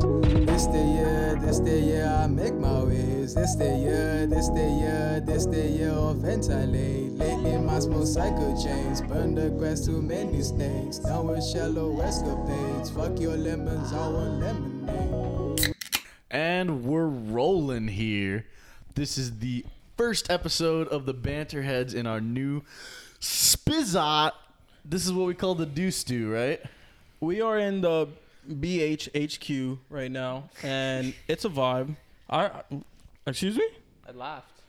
This the year, this the year I make my ways. This the year, this the year, this the year of ventilate. Lately my small cycle chains burn the grass too many snakes. Down with shallow escapades. Fuck your lemons, I want lemonade. And we're rolling here. This is the first episode of the Banter Heads in our new Spizot. This is what we call the Deuce Do, right? We are in the BHHQ right now, and it's a vibe. I, excuse me. I laughed.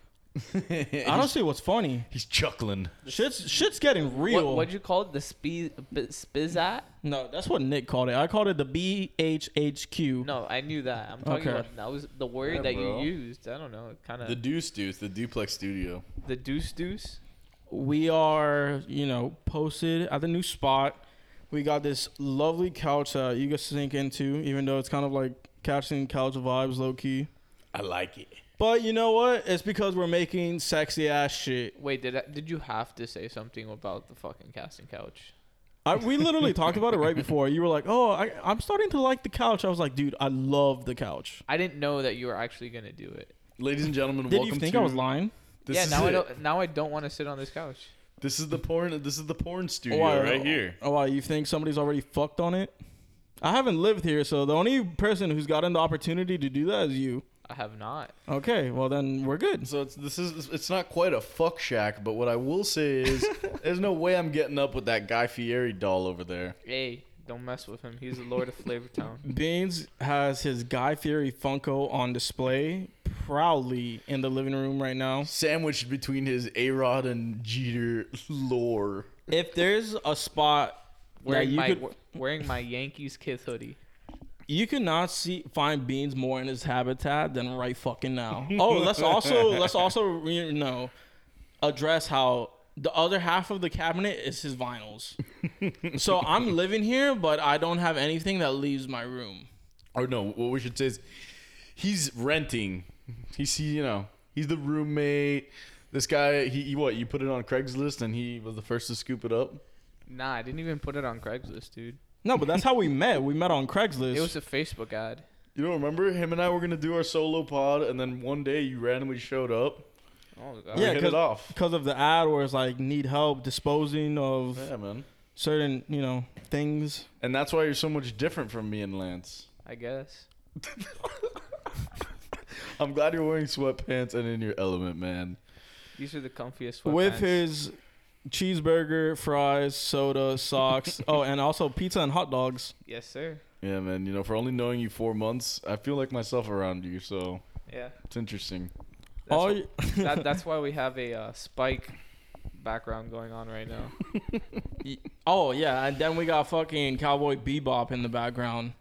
I don't see what's funny. He's chuckling. Shit's shit's getting real. What, what'd you call it? The spiz, b- spizat? no, that's what Nick called it. I called it the BHHQ. No, I knew that. I'm talking Okay. about that was the word Yeah, that bro. you used. I don't know. It Kind of The the, Deuce Deuce, the duplex studio. deuce deuce. We are, you know, posted at the new spot. We got this lovely couch that you can sink into, even though it's kind of like catching couch vibes, low key. I like it. But you know what? It's because we're making sexy ass shit. Wait, did I, did you have to say something about the fucking casting couch? I, we literally talked about it right before. You were like, "Oh, I, I'm starting to like the couch." I was like, "Dude, I love the couch." I didn't know that you were actually gonna do it. Ladies and gentlemen, Did welcome you think to I was lying? This yeah, is now I it. don't. Now I don't want to sit on this couch. This is the porn this is the porn studio why- right here. Oh, why, you think somebody's already fucked on it? I haven't lived here, so the only person who's gotten the opportunity to do that is you. I have not. Okay, well then we're good. So it's this is it's not quite a fuck shack, but what I will say is there's no way I'm getting up with that Guy Fieri doll over there. Hey, don't mess with him. He's the lord of Flavortown. Beans has his Guy Fieri Funko on display proudly in the living room right now. Sandwiched between his A Rod and Jeter lore. If there's a spot where Wearing you my could, we- wearing my Yankees kith hoodie. you could not see find Beans more in his habitat than right fucking now. Oh, let's also let's also you know address how the other half of the cabinet is his vinyls. so I'm living here, but I don't have anything that leaves my room. Or no, what we should say is he's renting. He's he, you know he's the roommate. This guy, he, he- what you put it on Craigslist and he was the first to scoop it up. Nah, I didn't even put it on Craigslist, dude. No, but that's how we met. We met on Craigslist. It was a Facebook ad. You don't remember him and I were gonna do our solo pod, and then one day you randomly showed up. Oh god. and we Yeah, hit 'cause- it off. because of the ad where it's like need help disposing of Yeah, man. certain you know things. And that's why you're so much different from me and Lance. I guess. I'm glad you're wearing sweatpants and in your element, man. These are the comfiest sweatpants. with his cheeseburger, fries, soda, socks. oh, and also pizza and hot dogs. Yes, sir. Yeah, man. You know, for only knowing you four months, I feel like myself around you. So Yeah. it's interesting. That's, All you- that, that's why we have a uh, spike background going on right now. oh yeah, and then we got fucking Cowboy Bebop in the background.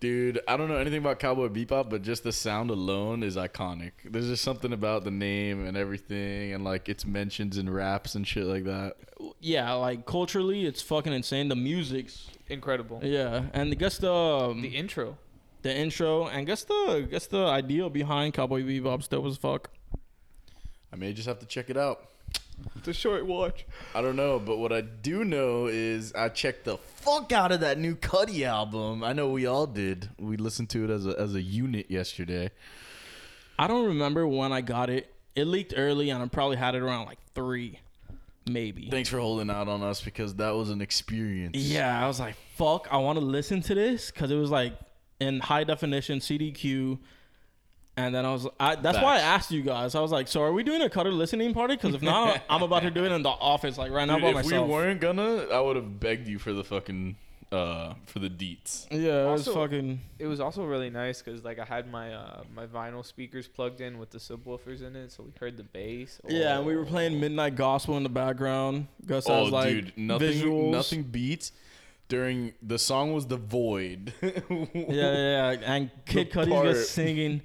Dude, I don't know anything about Cowboy Bebop, but just the sound alone is iconic. There's just something about the name and everything, and like its mentions in raps and shit like that. Yeah, like culturally, it's fucking insane. The music's Incredible. yeah, and guess the um, The the, intro. intro, and guess the guess the idea behind Cowboy Bebop's dope as fuck. I may just have to check it out. It's a short watch. I don't know, but what I do know is I checked the fuck out of that new Cuddy album. I know we all did. We listened to it as a as a unit yesterday. I don't remember when I got it. It leaked early, and I probably had it around like three, maybe. Thanks for holding out on us because that was an experience. Yeah, I was like, fuck, I want to listen to this because it was like in high definition CDQ. And then I was, I, that's why I Facts. asked you guys. I was like, so are we doing a cutter listening party? Because if not, I'm about to do it in the office, like right now Dude, by if myself. we weren't gonna, I would have begged you for the fucking uh for the deets. yeah, it was Also- fucking. It was also really nice because like I had my uh, my vinyl speakers plugged in with the subwoofers in it, so we heard the bass. Oh, Yeah, and we were playing Midnight Gospel in the background. Gus Oh, has like dude, nothing, visuals. nothing beats. During the song was the void. Yeah, yeah, yeah. And Kid The Cudi's part. just singing,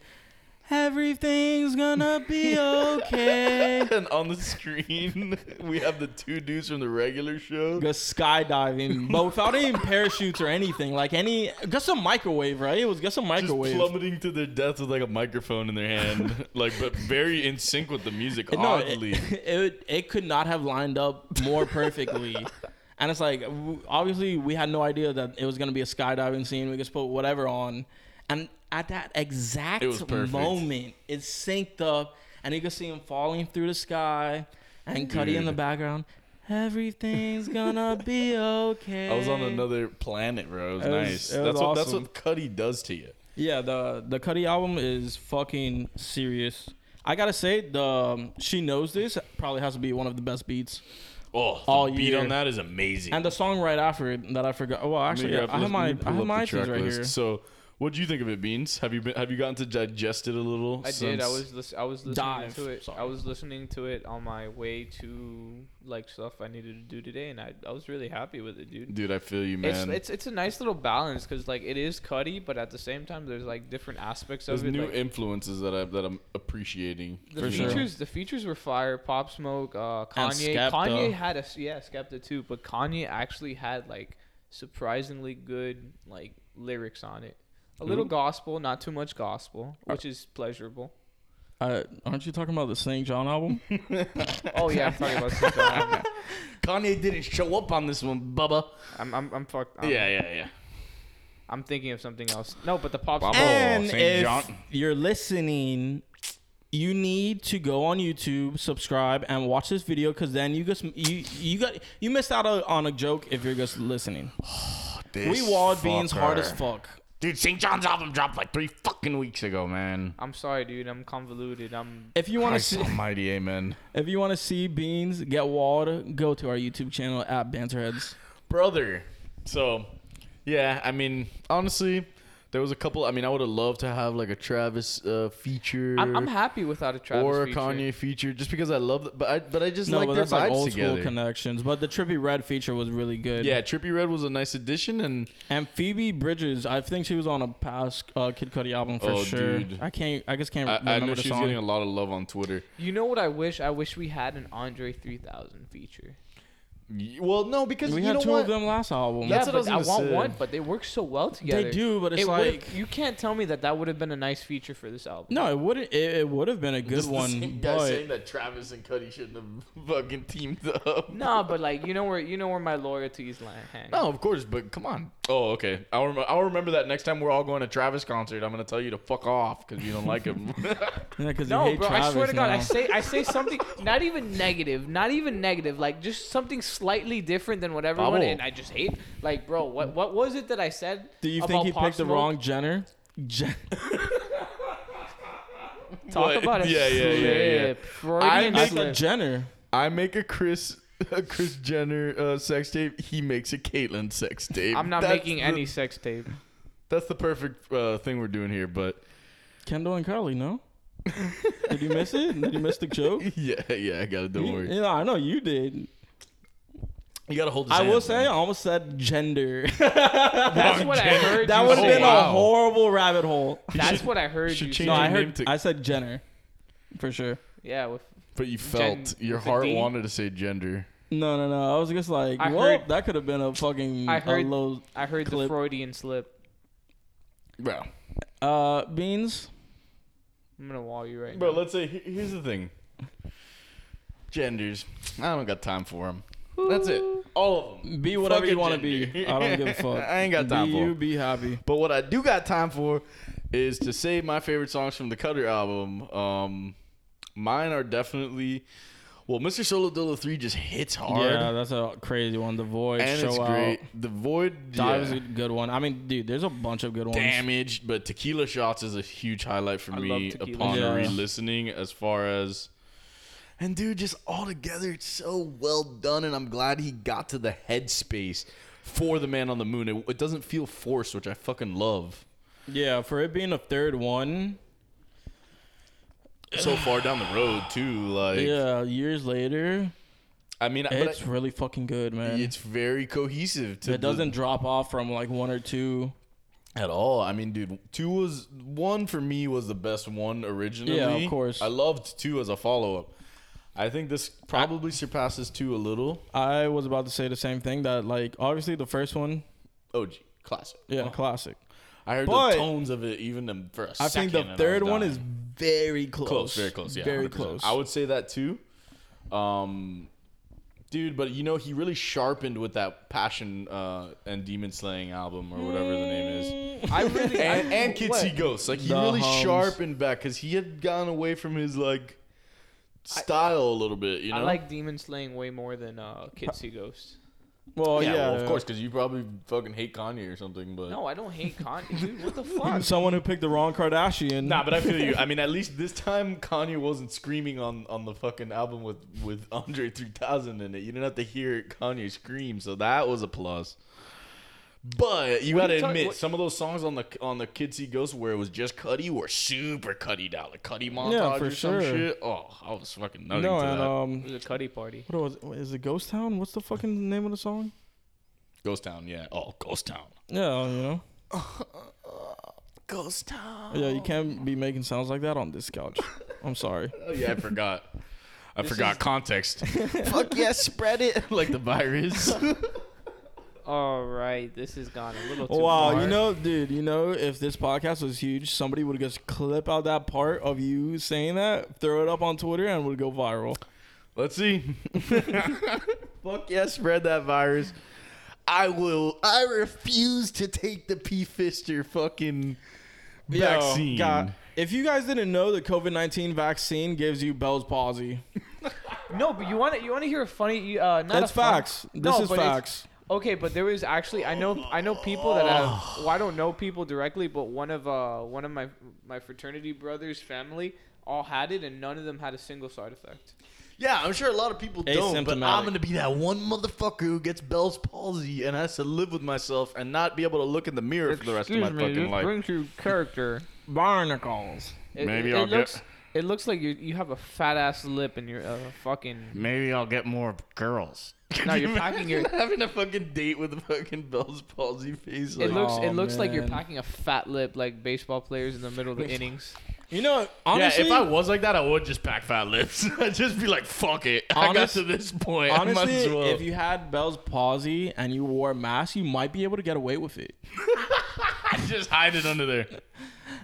everything's gonna be okay. and on the screen, we have the two dudes from the regular show. Just skydiving, but without any parachutes or anything. Like any, just a microwave, right? It was just a Just microwave. plummeting to their death with like a microphone in their hand, like but very in sync with the music. no, it, Oddly, it it could not have lined up more perfectly. and it's like, w- obviously, we had no idea that it was gonna be a skydiving scene. We just put whatever on, And at that exact It was perfect. moment, it synced up, and you could see him falling through the sky, and Cuddy in the Dude. background. Everything's gonna be okay. I was on another planet, bro. It was It was- nice. it was that's what that's awesome. what Cuddy does to you. Yeah, the the Cuddy album is fucking serious. I gotta say, the um, she knows this probably has to be one of the best beats, Oh, the All beat year. on that is amazing. and the song right after it that I forgot. Well, actually, Let me grab- I have let my me I pull have up my the track things right list. here. So, what do you think of it, Beans? Have you been have you gotten to digest it a little? I did. I was lis- I was listening Dive. to it. I Sorry. was listening to it on my way to like stuff I needed to do today, and I, I was really happy with it, dude. dude. I feel you, man. It's, it's it's a nice little balance because like it is cutty, but at the same time there's like different aspects of There's it. new like, influences that I that I'm appreciating. the for you know? sure. features the features were fire. Pop Smoke, uh, Kanye. Skepta. Kanye had a s- yeah Skepta too, but Kanye actually had like surprisingly good like lyrics on it. A little Who? Uh, gospel, not too much gospel, which is pleasurable. Uh, aren't you talking about the Saint John album? Oh yeah, I'm talking about. Snoop Dogg. Kanye didn't show up on this one, Bubba. I'm I'm I'm fucked. I'm, yeah, yeah, yeah. I'm thinking of something else. No, but the pop. Pop- Smoke- and Saint if John. you're listening, you need to go on YouTube, subscribe, and watch this video because then you just you you got you missed out on a joke if you're just listening. we walled beans hard as fuck. Dude, St. John's album dropped like three fucking weeks ago, man. I'm sorry, dude. I'm convoluted. I'm. If you want to Christ see. almighty, amen. If you want to see Beans get walled, go to our YouTube channel at Banterheads. brother. So, yeah, I mean, honestly, there was a couple. I mean, I would have loved to have like a Travis uh, feature I'm, I'm happy without a Travis or a feature. Kanye feature, just because I love. The, but I but I just No, like but their that's like vibes old together. school connections. But the Trippy Red feature was really good. yeah, Trippy Red was a nice addition, and And Phoebe Bridges, I think she was on a past uh, Kid Cudi album for Oh, sure. dude. I can't. I just can't I, I remember know the she's song. getting a lot of love on Twitter. You know what I wish? I wish we had an Andre 3000 feature. Y- Well, no, because we you had know two what? of them last album. That's yeah, what I but was I, gonna want say. one, but they work so well together. they do, but it's It would've- like you can't tell me that that would have been a nice feature for this album. no, it wouldn't. It, it would have been a good Just the one, same guy saying but that Travis and Cuddy shouldn't have fucking teamed up. no, but like you know where you know where my loyalties lie. Hang. No, of course, but come on. Oh, okay. I'll, rem- I'll remember that next time we're all going to Travis concert. I'm gonna tell you to fuck off because you don't like him. yeah, because No, you hate bro. Travis I swear to God, I now. say I say something not even negative, not even negative, like just something slightly different than what everyone Bubble. and I just hate. Like, bro, what what was it that I said? Do you about think he Pop picked the Smoke? wrong Jenner? Jen- Talk What? about it. Yeah, yeah, yeah, yeah. Freudian I I make slip. said Jenner. I make a Chris a Chris Jenner uh, sex tape. He makes a Caitlyn sex tape. I'm not That's making the- any sex tape. That's the perfect uh, thing we're doing here. But Kendall and Carly, no? Did you miss it? Did you miss the joke? yeah, yeah, I gotta. Don't you, worry. you know, I know you did. You gotta hold. I will say, I almost said gender. That's what I heard. that you would have say. been Oh, wow. a horrible rabbit hole. That's what I heard. should You change say. No, I your name heard. to- I said Jenner, for sure. Yeah, with but you felt Gen- your with a heart D? wanted to say gender. No, no, no. I was just like, I well, heard- that could have been a fucking I I heard- a low. I heard the Clip. Freudian slip. Bro, Uh, beans. I'm gonna wall you right bro. now. Let's say he- here's the thing. Genders. I don't got time for them. That's it. All of them. Be whatever Fucking you want to be. gender. I don't give a fuck. I ain't got time be for you. 'em. Be happy. But what I do got time for is to say my favorite songs from the Cutter album. Um, mine are definitely well, Mr. Solo Dolo three just hits hard, Yeah, that's a crazy one. The void. and show it's out. great. The Void, Dive is yeah. a good one. I mean, dude, there's a bunch of good ones. damaged, but Tequila Shots is a huge highlight for I me love Tequila upon Shots. re-listening. As far as and dude, just all together, it's so well done, and I'm glad he got to the headspace for the Man on the Moon. It, it doesn't feel forced, which I fucking love. Yeah, for it being a third one. So far down the road, too, like yeah, years later, I mean, but I- it's really fucking good, man. It's very cohesive. To it doesn't drop off from like one or two. the- at all. I mean, dude, two was one for me was the best one originally. Yeah, of course. I loved two as a follow up. I think this probably surpasses two a little. I was about to say the same thing that like obviously the first one, OG classic. yeah, classic. I heard But- the tones of it even in- for a I second. think the and was third one dying. is very close. close, very close. Yeah, very 100%. close. I would say that too. Um, Dude, but you know he really sharpened with that passion uh, and demon slaying album or whatever the name is. I really and, and Kids what? See Ghosts. Like he The really Hums. sharpened back because he had gone away from his like style a little bit. You know, I like Demon Slaying way more than uh, Kids See Ghosts. Well, Oh, yeah, yeah, well, of course, because you probably fucking hate Kanye or something. But No, I don't hate Kanye. Dude, what the fuck? Someone who picked the wrong Kardashian. nah, but I feel you. I mean, at least this time Kanye wasn't screaming on on the fucking album with with Andre 3000 in it. You didn't have to hear Kanye scream, so that was a plus. But you What are gotta you talking- admit, what- some of those songs on the on the Kids See Ghosts where it was just Cuddy were super Cuddy out, like Cuddy montage for or some sure. shit. Oh, I was fucking nutting no, to and that. It um, was a Cuddy party. what was it? Is it Ghost Town? What's the fucking name of the song? Ghost Town, yeah. Oh, Ghost Town. Yeah, you know. Ghost Town. Yeah, you can't be making sounds like that on this couch. I'm sorry. Oh yeah, I forgot. I forgot context. Fuck yeah, spread it like the virus. All right, this has gone a little too Wow, far. you know, dude, you know, if this podcast was huge, somebody would just clip out that part of you saying that, throw it up on Twitter, and it would go viral. Let's see. Fuck yeah, spread that virus. I will. I refuse to take the P Fister fucking vaccine. Yo, God, if you guys didn't know, the COVID nineteen vaccine gives you Bell's palsy. No, but you want to you want to hear a funny? you- Uh, not That's a fun- facts. No, this is but it's- facts. Okay, but there was actually I know I know people that have well I don't know people directly, but one of uh one of my my fraternity brothers' family all had it, and none of them had a single side effect. Yeah, I'm sure a lot of people Don't, but I'm Asymptomatic. gonna be that one motherfucker who gets Bell's palsy and has to live with myself and not be able to look in the mirror for the rest of my fucking life. brings you character. Barnacles. It, Maybe it, I'll it get- looks it looks like you you have a fat ass lip and you're uh, fucking Maybe I'll get more girls. no you're packing your having a fucking date with a fucking Bell's palsy face. it looks it Oh, looks like you're man. packing a fat lip like baseball players in the middle of the innings. You know, honestly, yeah, if I was like that, I would just pack fat lips. I'd just be like, fuck it. I got Honest- to this point. I might honestly, as well. if you had Bell's palsy and you wore a mask, you might be able to get away with it. just hide it under there.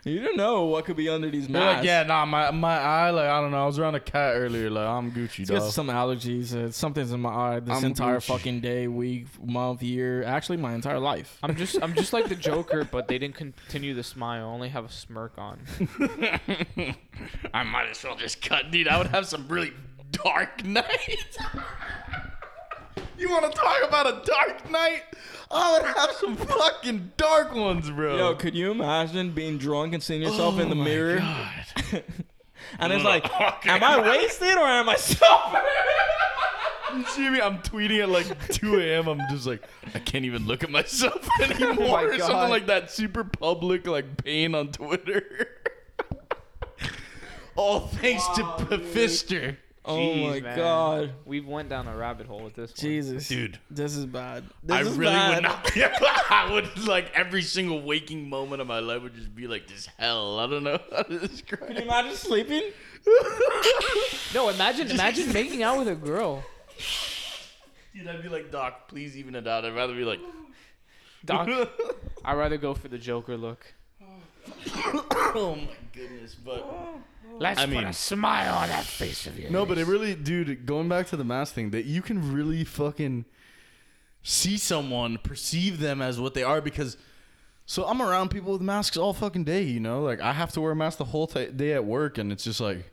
You don't know what could be under these They're masks. like, yeah, nah, my, my eye, like, I don't know. I was around a cat earlier. Like, I'm Gucci, It's got dog. some allergies. Uh, something's in my eye this I'm entire Gucci. fucking day, week, month, year. Actually, my entire life. I'm just I'm just like the Joker, but they didn't continue the smile. Only have a smirk on. I might as well just cut, dude. I would have some really dark night. you want to talk about a dark night? I would have some fucking dark ones, bro. Yo, could you imagine being drunk and seeing yourself in the Oh my mirror? and it's like, Okay. am I wasted or am I sober? You see me? I'm tweeting at like 2 a.m. I'm just like, I can't even look at myself anymore. or something God. like that. Super public, like pain on Twitter. All thanks to Pfister. oh my Jeez, man. god, We've went down a rabbit hole with this. one. Jesus, Dude, this is bad. This I is really bad. would not. I would like every single waking moment of my life would just be like this hell. I don't know how to Can you describe. imagine sleeping? it. No, imagine imagine making out with a girl. Dude, I'd be like Doc, please even it out. I'd rather be like. Doc, I'd rather go for the Joker look. oh my goodness, but Let's I mean, smile on that face of yours. No, but it really, dude. Going back to the mask thing, that you can really fucking see someone, perceive them as what they are because. So I'm around people with masks all fucking day, you know. Like I have to wear a mask the whole ti day at work, and it's just like,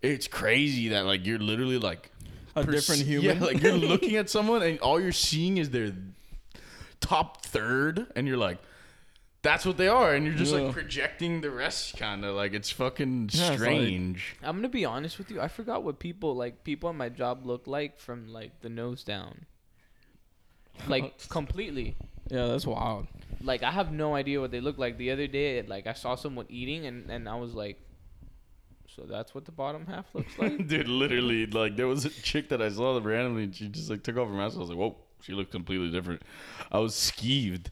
it's crazy that like you're literally like A perce- different human. Yeah, like you're looking at someone and all you're seeing is their top third, and you're like, that's what they are, and you're just Yeah. like projecting the rest, kind of like it's fucking it's like- strange. I'm gonna be honest with you. I forgot what people like people at my job look like from like the nose down. Like completely. yeah, that's wild. Like I have no idea what they look like. The other day, like I saw someone eating, and and I was like, so that's what the bottom half looks like. Dude, literally, like there was a chick that I saw that randomly, and she just like took off her mask. I was like, whoa, she looked completely different. I was skeeved.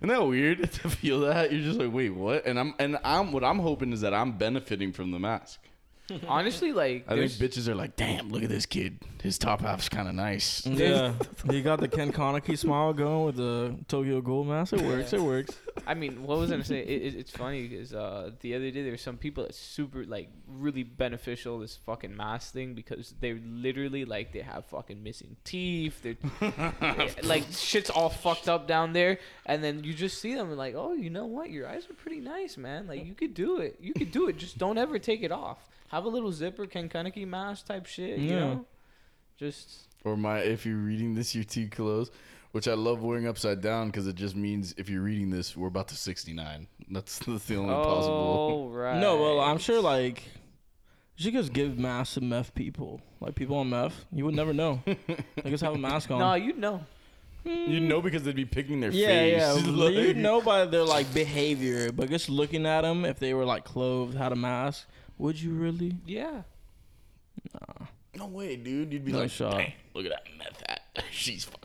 Isn't that weird to feel that? You're just like, wait, what? And I'm and I'm what I'm hoping is that I'm benefiting from the mask. Honestly, like I think there's- bitches are like, damn, look at this kid. His top half's kind of nice. Yeah, you got the Ken Kaneki smile going with the Tokyo Gold Mask. It works. It works. I mean, what was I gonna say? It, it, it's funny because uh, the other day there were some people that super like really beneficial this fucking mask thing because they're literally like they have fucking missing teeth. They're they- like shit's all fucked up down there, and then you just see them and like, oh, you know what? Your eyes are pretty nice, man. Like you could do it. You could do it. Just don't ever take it off. Have a little zipper Kaneki mask type shit. You Yeah. know, just Or my, if you're reading this, you're too close, which I love wearing upside down because it just means if you're reading this, we're about to 69. That's, that's the only possible. oh right. No, well, I'm sure like you should just give masks to meth people, like people on meth. You would never know. they just have a mask on. No, you'd know. You know because they'd be picking their yeah, face. yeah. Like- you know by their like behavior, but just looking at them, if they were like clothed, had a mask, would you really? Yeah. No way, dude. You'd be No like, shot. "Damn, look at that meth hat. She's fucking.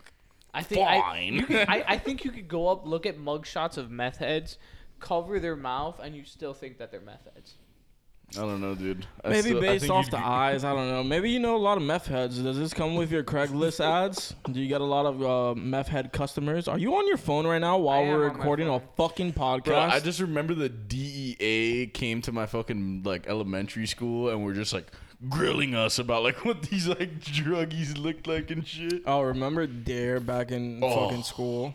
I think I- Fine. you could- I, I, think you could go up, look at mugshots of meth heads, cover their mouth, and you still think that they're meth heads. I don't know, dude. I Maybe still- I based think off you'd the be- eyes, I don't know. Maybe you know a lot of meth heads. Does this come with your Craigslist ads? Do you get a lot of uh, meth head customers? Are you on your phone right now I while am we're on my recording a phone. fucking podcast? Bro, I just remember the DEA came to my fucking like elementary school and were just like grilling us about like what these like druggies looked like and shit. oh, remember Dare back in Oh. fucking school?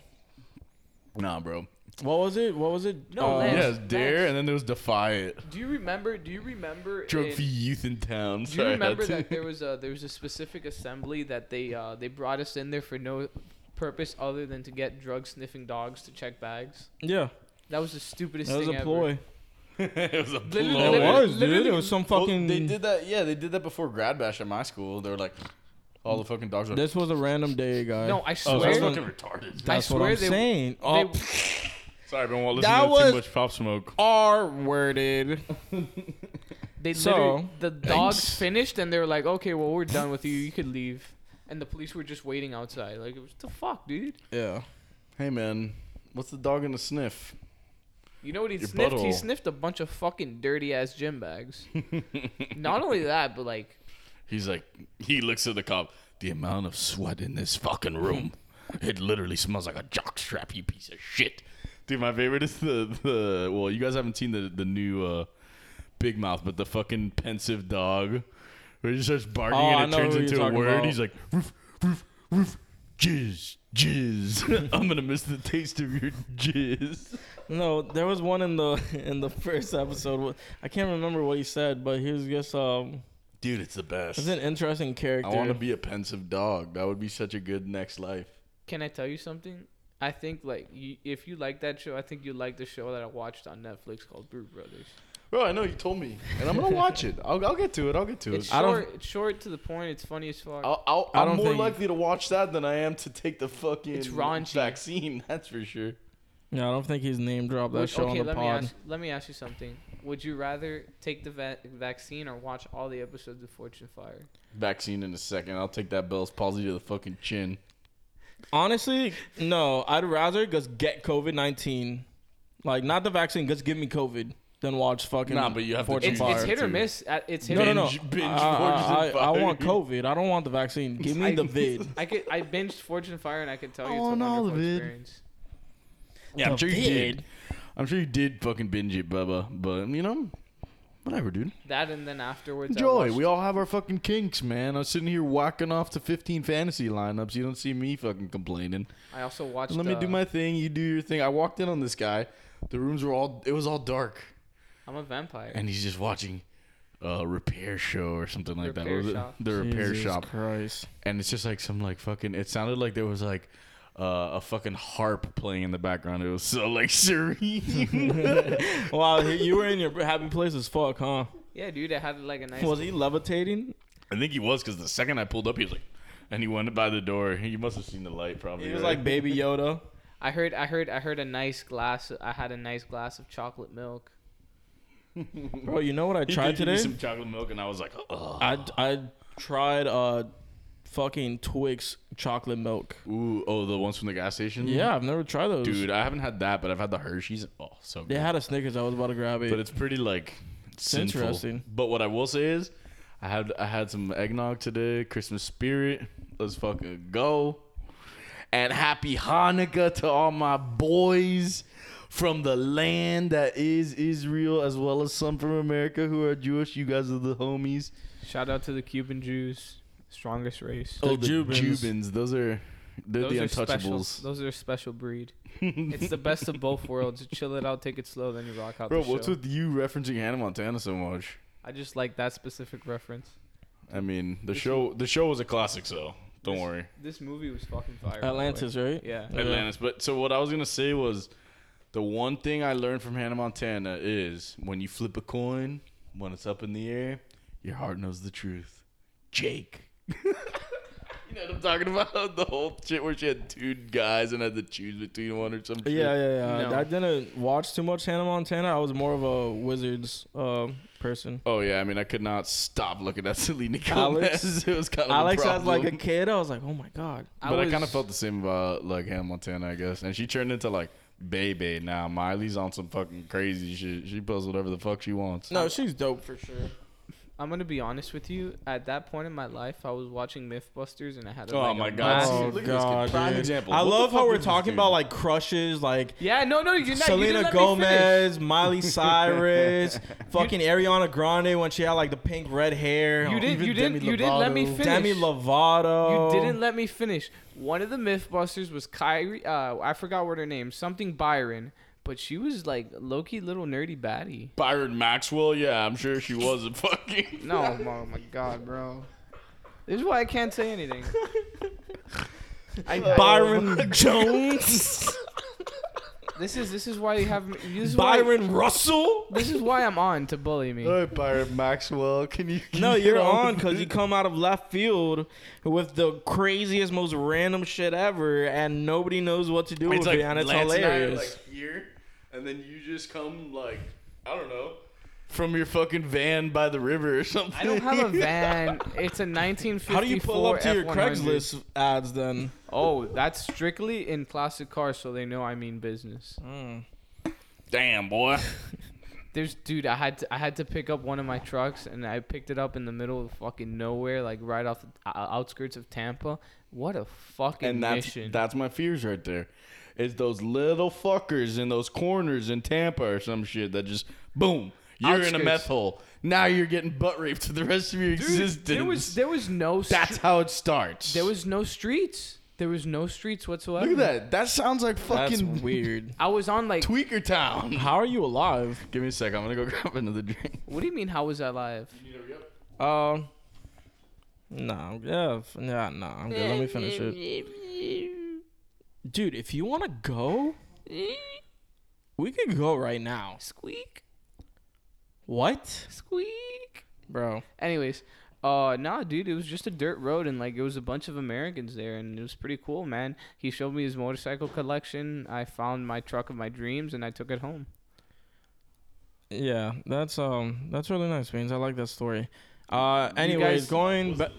Nah, bro. What was it? What was it? Uh, No, Lance. yeah, it was Dare that's- and then there was Defiant. Do you remember? Do you remember? Drug in- for youth in town. do you Sorry, I had remember to- that there was a there was a specific assembly that they uh, they brought us in there for no purpose other than to get drug sniffing dogs to check bags? yeah, That was the stupidest that was thing a ploy. it was a Literally- blow. Literally- It was, dude. literally- It was some Well, fucking. they did that. Yeah, they did that before grad bash at my school. They were like, all the fucking dogs were. Like, this was a random day, guy. ever. No, I oh, swear. that's that's what- fucking retarded. I that's what swear I'm they- saying. they- Oh, Sorry, been while listening That to was- too much pop smoke. R worded. They So- literally the dogs Thanks. finished and they were like, okay, well, we're done with you. You could leave. And the police were just waiting outside. Like, what the fuck, dude? Yeah. Hey man, what's the dog gonna sniff? You know what he Your sniffed? He butthole. sniffed a bunch of fucking dirty ass gym bags. Not only that, but like, He's like, he looks at the cop. The amount of sweat in this fucking room, it literally smells like a jockstrap. You piece of shit. Dude, my favorite is the the. Well, you guys haven't seen the the new uh, Big Mouth, but the fucking pensive dog, where he just starts barking Oh, I and it know turns who you're into a talking word. about. He's like, roof, roof, roof, jizz, jizz. I'm gonna miss the taste of your jizz. No, there was one in the in the first episode. I can't remember what he said, but he was just um. Dude, it's the best. It's an interesting character. I want to be a pensive dog. That would be such a good next life. can I tell you something? I think like you, if you like that show, I think you like the show that I watched on Netflix called Brew Brothers. Bro, I know you told me, and I'm gonna watch it. I'll, I'll get to it. I'll get to It's it. I don't- short, it's short to the point. It's funny as fuck. I'll, I'll, I I'm don't more think- likely to watch that than I am to take the fucking It's raunchy. vaccine. That's for sure. Yeah, I don't think he's name dropped that Would- show on the let me pod. ask. Let me ask you something. Would you rather take the va- vaccine or watch all the episodes of Fortune Fire? Vaccine in a second. I'll take that Bell's palsy to the fucking chin. Honestly, no. I'd rather just get COVID nineteen, like not the vaccine. Just give me COVID than watch fucking. Nah, but you have to Fortune It's, it's Fire. hit or Dude. miss. Uh, It's hit no, or no, no. Binge- binge I- I, Fortune I, I want Fire. COVID. I don't want the vaccine. Give me the vid. I could I binged Fortune Fire and I could tell you I it's a want all wonderful of it. experience. Yeah, The I'm sure you vid. did. I'm sure you did fucking binge it, Bubba. But you know, whatever, dude. That and then afterwards, I Enjoy. watched- We all have our fucking kinks, man. I was sitting here whacking off to 15 fantasy lineups. You don't see me fucking complaining. I also watched. Let me uh, do my thing. You do your thing. I walked in on this guy. The rooms were all. It was all dark, I'm a vampire. and he's just watching a repair show or something like that. Repair What was it? shop. The repair Jesus shop. Christ. And it's just like some like fucking. It sounded like there was like. Uh, a fucking harp playing in the background. It was so like serene. Wow, he- you were in your happy place as fuck, huh? yeah, dude, I had like a nice. Was he levitating? I think he was because the second I pulled up, he was like, and he went by the door. You must have seen the light, probably. He was right? like Baby Yoda. I heard, I heard, I heard a nice glass. I had a nice glass of chocolate milk. Bro, you know what I He tried did give me today? some chocolate milk, and I was like, oh. I I tried uh fucking Twix chocolate milk. Ooh, oh, the ones from the gas station. Yeah, I've never tried those. dude, I haven't had that, but I've had the Hershey's. Oh, so They good. had a Snickers. I was about to grab it. But it's pretty like Sinful. interesting. But what I will say is, I had I had some eggnog today. Christmas spirit. Let's fucking go. And happy Hanukkah to all my boys from the land that is Israel, as well as some from America who are Jewish. You guys are the homies. Shout out to the Cuban Jews, strongest race. The oh, the Jubins. Jubins. Those are they're the special. untouchables. Those are a special breed. it's the best of both worlds. Chill it out, take it slow, then you rock out. Bro, the what's show. with you referencing Hannah Montana so much? I just like that specific reference. I mean, the show the show was a classic, so don't This- worry. This movie was fucking fire. by the way. Atlantis, right? Yeah. Yeah. Atlantis. But so what I was gonna say was, the one thing I learned from Hannah Montana is when you flip a coin, when it's up in the air, your heart knows the truth. Jake. you know what I'm talking about? The whole shit where she had two guys and had to choose between one or some shit. Yeah, yeah, yeah. No. I didn't watch too much Hannah Montana. I was more of a Wizards uh, person. Oh yeah, I mean I could not stop looking at Selena Alex- Gomez. it was kind of Alex a as like a problem. kid, I was like, oh my god. But I, was- kind of felt the same about like Hannah Montana, I guess. And she turned into like Bebe now. Miley's on some fucking crazy shit. She posts whatever the fuck she wants. No, she's dope for sure. I'm gonna be honest with you. At that point in my life, I was watching MythBusters, and I had. A, Oh like, a my God. massive- Oh, Look at this kid. Prime dude. example. I What the love how fuck we're is this talking dude? about like crushes, like Yeah, no, no, you're not. you didn't Selena let me finish. Gomez, Miley Cyrus, fucking Ariana Grande when she had like the pink red hair. Oh, You didn't. even You didn't. Demi You didn't let me Lovato. finish. Demi Lovato. You didn't let me finish. One of the MythBusters was Kyrie. Uh, I forgot what her name. Something Byron, but she was like Loki, little nerdy baddie. Byron Maxwell, yeah, I'm sure she was a fucking. No, oh my god, bro. This is why I can't say anything. I, I- Byron Jones. this is this is why you have this is Why, Byron Russell. this is why I'm on to bully me. Byron Maxwell, can you? No, you're on because you come out of left field with the craziest, most random shit ever, and nobody knows what to do It's with like it, and it's Lance and I are, hilarious. like here, and then you just come like I don't know from your fucking van by the river or something. I don't have a van. It's a 1954 How do you pull up to your F100. Craigslist ads then? Oh, that's strictly in classic cars, so they know I mean business. Hmm, Mm. Damn, boy. There's dude, I had to, I had to pick up one of my trucks, and I picked it up in the middle of fucking nowhere, like right off the o- outskirts of Tampa. What a fucking and that's mission! that's my fears right there. Is those little fuckers in those corners in Tampa or some shit that just boom, you're in a Outskirts. meth hole. Now you're getting butt raped to the rest of your existence. Dude, there was there was no str- that's how it starts. there was no streets. There was no streets whatsoever. look at that. That sounds like That's fucking weird. I was on like. Tweaker Town. How are you alive? Give me a sec. I'm gonna go grab another drink. What do you mean? How was I live? Um, nah, yeah, f- nah, nah. I'm good. Let me finish it, dude. If you wanna go, we could go right now. Squeak, What, squeak. bro? Anyways, uh, nah, dude, it was just a dirt road, and like it was a bunch of Americans there, and it was pretty cool, man. He showed me his motorcycle collection. I found my truck of my dreams, and I took it home. Yeah, that's um, that's really nice, Beans. I like that story. Uh, anyways, guys- going. Ba-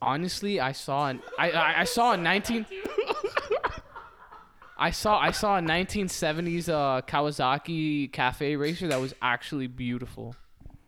Honestly, I saw an I I, I saw a nineteen. I saw I saw a 1970s uh, Kawasaki cafe racer that was actually beautiful.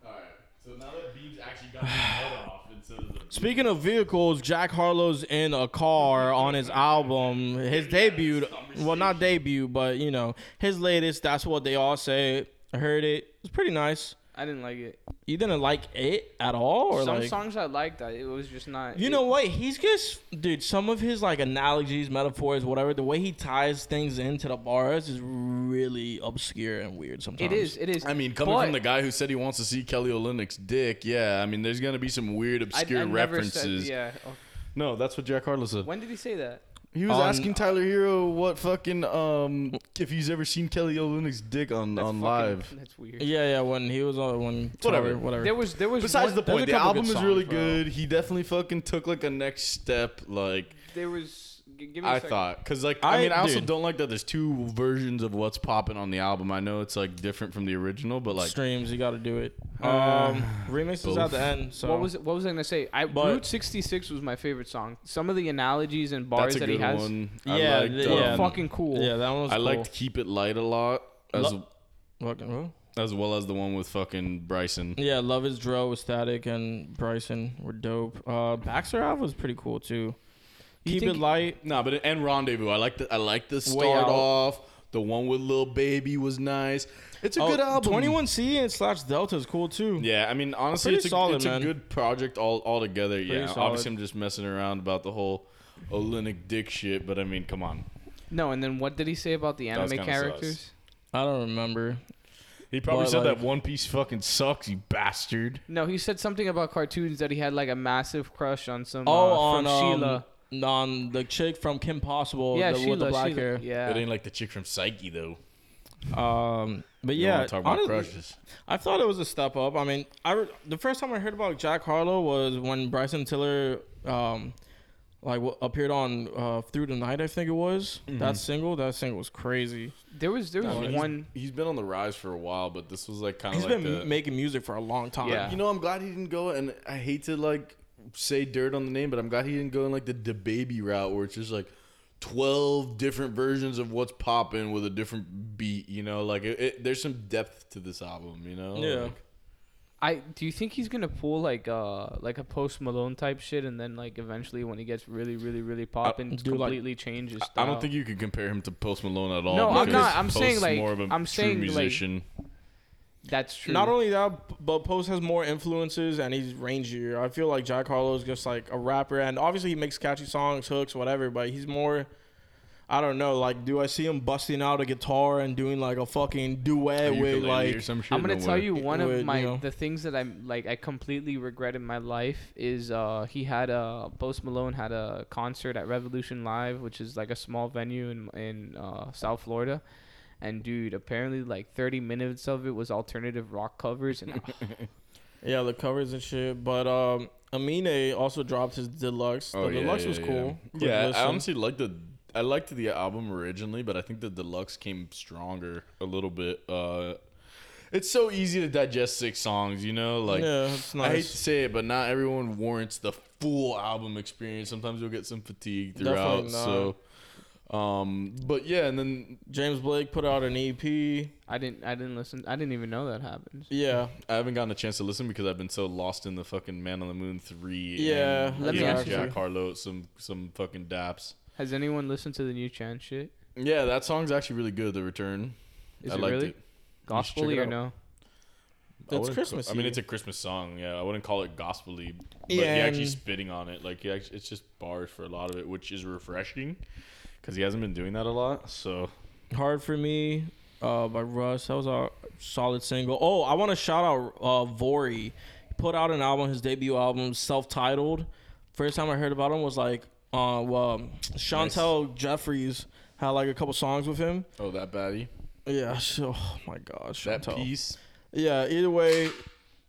Alright. So now that Beans actually got his head off instead of the Speaking of vehicles, Jack Harlow's in a car on his album, his debut. Well, not debut, but you know, his latest. That's what they all say. I heard it. It's pretty nice. I didn't like it. You didn't like it at all, or Some like songs I liked, I, it was just not. you it- know what? He's just dude. Some of his like analogies, metaphors, whatever. The way he ties things into the bars is really obscure and weird. Sometimes It is. It is. I mean, coming but from the guy who said he wants to see Kelly Olynyk's dick, yeah. I mean, there's gonna be some weird, I- I obscure never said- references. yeah. oh, No, that's what Jack Harlow said. When did he say that? He was On- asking Tyler Hero what fucking um if he's ever seen Kelly Olynyk's dick on That's on fucking- live. That's weird. Yeah, yeah. When he was on, when Whatever. whatever. There was there was Besides the one- there's a point, the couple album good is really songs, bro. good. He definitely fucking took like a next step. Like there was g- give me a I second. thought, because like I, I- mean, I also dude. don't like that there's two versions of what's popping on the album. I know it's like different from the original, but like streams. You got to do it. Um, remix is both. at the end. So What was what was I gonna say? I But- Route 66 was my favorite song. Some of the analogies and bars that's a that he good has one. Yeah, I liked, the- were yeah. um, fucking cool. Yeah, that one was. I cool. liked Keep It Light a lot. As Lo- Fucking- well, as well as the one with fucking Bryson. Yeah, Love is Dro with Static and Bryson were dope. Uh, Baxter Out was pretty cool too. You Keep think- it light. Nah, but and Rendezvous. I like the I like the Out. start off. The one with Lil Baby was nice. It's a Oh, good album. 21C and Slash Delta is cool too. Yeah, I mean, honestly, Pretty it's, a, solid, it's man. a good project all altogether. yeah, solid. obviously, I'm just messing around about the whole Olenek dick shit, but I mean, come on. No, and then what did he say about the was anime kinda sus. characters? I don't remember. He probably But, said like- that One Piece fucking sucks, you bastard. No, he said something about cartoons that he had like a massive crush on some. Oh, uh, on from um, Sheila. on the chick from Kim Possible. Yeah, the, Sheila. with the black Sheila. hair. It Yeah. ain't like the chick from Psyche though. Um, but You yeah, wanna talk about honestly, crushes. I thought it was a step up. I mean, I re- the first time I heard about Jack Harlow was when Bryson Tiller, um, like w- appeared on uh, Through the Night. I think it was Mm-hmm. that single. That single was crazy. There was there was I mean, one. he's he's been on the rise for a while, but this was like kind of He's like been the, m making music for a long time. Yeah. You know, I'm glad he didn't go, and I hate to like say dirt on the name, but I'm glad he didn't go in like the the baby route where it's just like twelve different versions of what's popping with a different beat. You know, like it, it, there's some depth to this album. You know, Yeah. Like, I do you think he's gonna pull like uh like a post Malone type shit, and then like eventually when he gets really really really popping, do, like- completely changes. I- I don't think you can compare him to Post Malone at all. No, I'm because not. I'm saying, Post's like- more of a I'm true saying, like- musician. that's true. Not only that, p- but Post has more influences and he's rangier. I feel like Jack Harlow is just like a rapper, and obviously he makes catchy songs, hooks, whatever. But he's more, I don't know. Like, do I see him busting out a guitar and doing like a fucking duet with Ukulele like? or some shit, I'm gonna no tell way. you one Would, of you my know. the things that I'm like I completely regret in my life is uh he had a Post Malone had a concert at Revolution Live, which is like a small venue in in uh, South Florida. And dude, apparently like 30 minutes of it was alternative rock covers, and Yeah, the covers and shit. But um, Amine also dropped his deluxe. The Oh, yeah, deluxe yeah, was yeah. cool. Quick Yeah, I listen. honestly liked the I liked the album originally, but I think the deluxe came stronger a little bit. Uh, it's so easy to digest six songs, you know. Like Yeah, it's I hate nice. to say it, but not everyone warrants the full album experience. Sometimes you'll get some fatigue throughout. Definitely So, um, but yeah, and then James Blake put out an E EP. I didn't I didn't listen. I didn't even know that happened. Yeah, I haven't gotten a chance to listen because I've been so lost in the fucking Man on the Moon three. Yeah, and let me giving ask you- Jack Harlow some some fucking daps. Has anyone listened to the new Chan shit? Yeah, that song's actually really good. The Return. Is I it liked really it. gospelly it or out. no? I It's wouldn't Christmas I mean, Eve. it's a Christmas song. Yeah, I wouldn't call it gospely, but Yeah, he actually and- spitting on it. Like, he actually, it's just bars for a lot of it, which is refreshing because he hasn't been doing that a lot. So, Hard for Me uh, by Russ. That was a solid single. Oh, I want to shout out uh, Vori. He put out an album, his debut album, self titled. First time I heard about him was like, uh, well, Chantel Jeffries had like a couple songs with him. oh, that baddie, Yeah, so, oh my gosh. that Chantel. piece. Yeah, either way,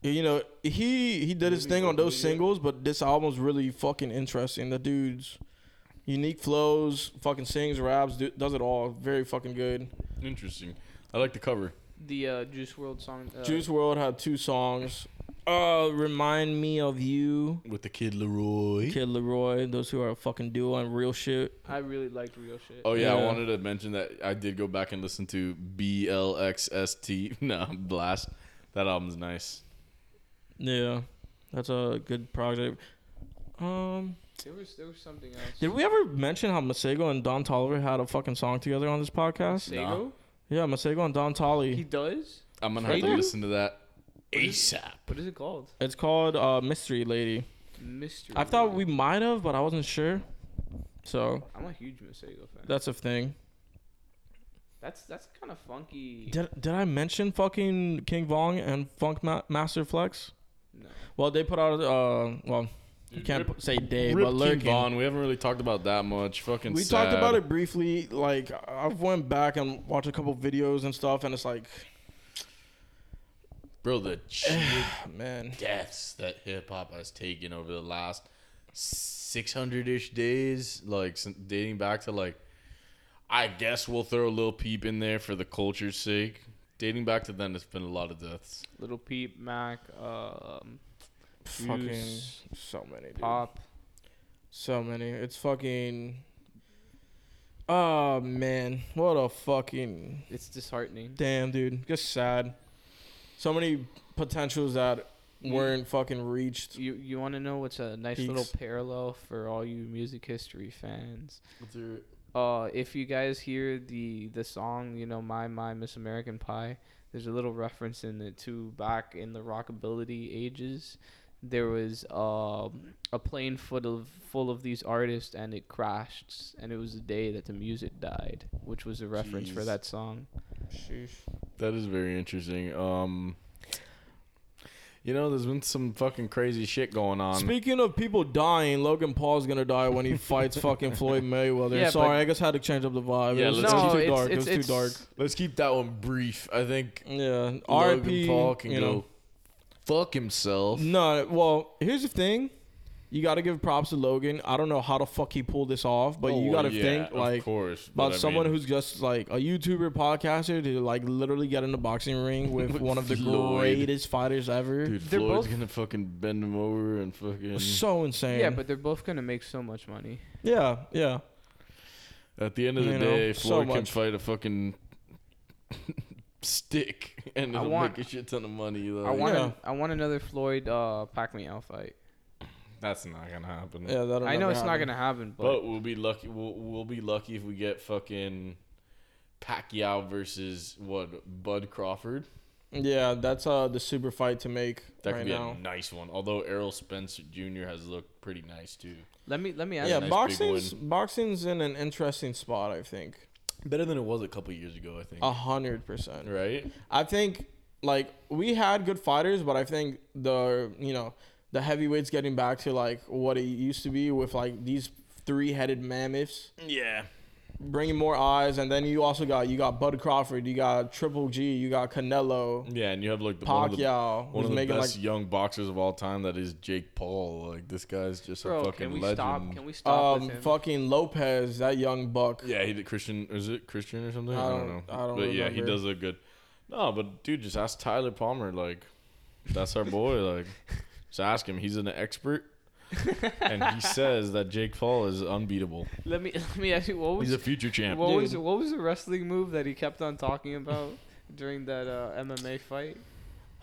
you know, he he did his thing on those singles, but this album's really fucking interesting. The dude's unique flows, fucking sings, raps, do, does it all. Very fucking good. Interesting. I like the cover. The uh, Juice World song. Uh, Juice World had two songs. Uh, remind me of you, With the kid Leroy. Kid Leroy. Those who are a fucking duo and real shit. I really liked real shit. Oh yeah, I Yeah. wanted to mention that I did go back and listen to BLXST. No, Blast. That album's nice. Yeah, that's a good project. Um, There was there was something else. did we ever mention how Masego and Don Tolliver had a fucking song together on this podcast? Sego? Yeah, Masego and Don Tolly. He does. I'm gonna have to Really? listen to that ASAP. What is it called? It's called uh, Mystery Lady. Mystery. I thought we might have, but I wasn't sure. So I'm a huge Masego fan. that's a thing. That's that's kind of funky. Did, did I mention fucking King Vong and Funk Ma- Master Flex? No. Well, they put out. Uh, well, you can't Rip- p- say they, Rip but King Lurking. Von, we haven't really talked about that much. Fucking. We sad. talked about it briefly. Like I've went back and watched a couple videos and stuff, and it's like, bro. The cheated man, deaths that hip hop has taken over the last 600 ish days, like sin- dating back to like, I guess we'll throw a little peep in there for the culture's sake. Dating back to then, it's been a lot of deaths. Little Peep, Mac, um, fucking Juice, so many. Dude. Pop. So many. It's fucking. Oh man, what a fucking It's disheartening. damn, dude. Just sad. so many potentials that weren't fucking reached. You you want to know what's a nice Peaks. little parallel for all you music history fans? What's your- Uh, if you guys hear the the song, you know, "My My Miss American Pie," there's a little reference in it to back in the rockability ages. There was um a plane full of full of these artists, and it crashed, and it was the day that the music died, which was a reference for Jeez. that song. That is very interesting. Um, you know, there's been some fucking crazy shit going on. Speaking of people dying, Logan Paul's gonna die when he fights fucking Floyd Mayweather. Yeah, Sorry, but- I guess I had to change up the vibe. Yeah, it was let's too keep it's- dark. it's- it was it's- too dark. Let's keep that one brief. I think Yeah, Logan R.I.P. Paul can you go know. fuck himself. No, well, here's the thing. You got to give props to Logan. I don't know how the fuck he pulled this off, but you Oh, got to yeah, think of like course, but about I someone mean- who's just like a YouTuber, podcaster to like literally get in the boxing ring with one of the Floyd. greatest fighters ever. Dude, They're Floyd's both- gonna fucking bend him over and fucking. So insane. Yeah, but they're both gonna make so much money. yeah, yeah. At the end of the you know, day, so Floyd can much. fight a fucking stick, and I it'll want- make a shit ton of money. Though. I want Oh, yeah. I want another Floyd uh Pacquiao fight. That's not gonna happen. Yeah, that'll I know never it's not happen. gonna happen, but, But we'll be lucky. We'll, we'll be lucky if we get fucking Pacquiao versus what Bud Crawford. Yeah, that's uh the super fight to make That could right be now. a nice one. Although Errol Spencer Jr. has looked pretty nice too. let me let me ask yeah, nice big boxing's boxing's in an interesting spot, I think. Better than it was a couple years ago, I think. A hundred percent. right? I think like we had good fighters, but I think the you know the heavyweights getting back to like what it used to be with like these three headed mammoths, Yeah. bringing more eyes, and then you also got you got Bud Crawford, you got Triple G, you got Canelo, Yeah, and you have like the one of the, Pacquiao, one who's of the making like best young boxers of all time. That is Jake Paul. Like this guy's just a bro, fucking can we legend. stop? Can we stop um with him? fucking Lopez, that young buck. Yeah, he did Christian. Is it Christian or something? I I don't, don't- know. I don't But yeah, he remember. does look good. No, but dude, just ask Tyler Palmer. Like, that's our boy. Like, just ask him. He's an expert, and he says that Jake Paul is unbeatable. Let me let me ask you what was He's a future champ. What was Dude. what was the wrestling move that he kept on talking about during that uh, MMA fight?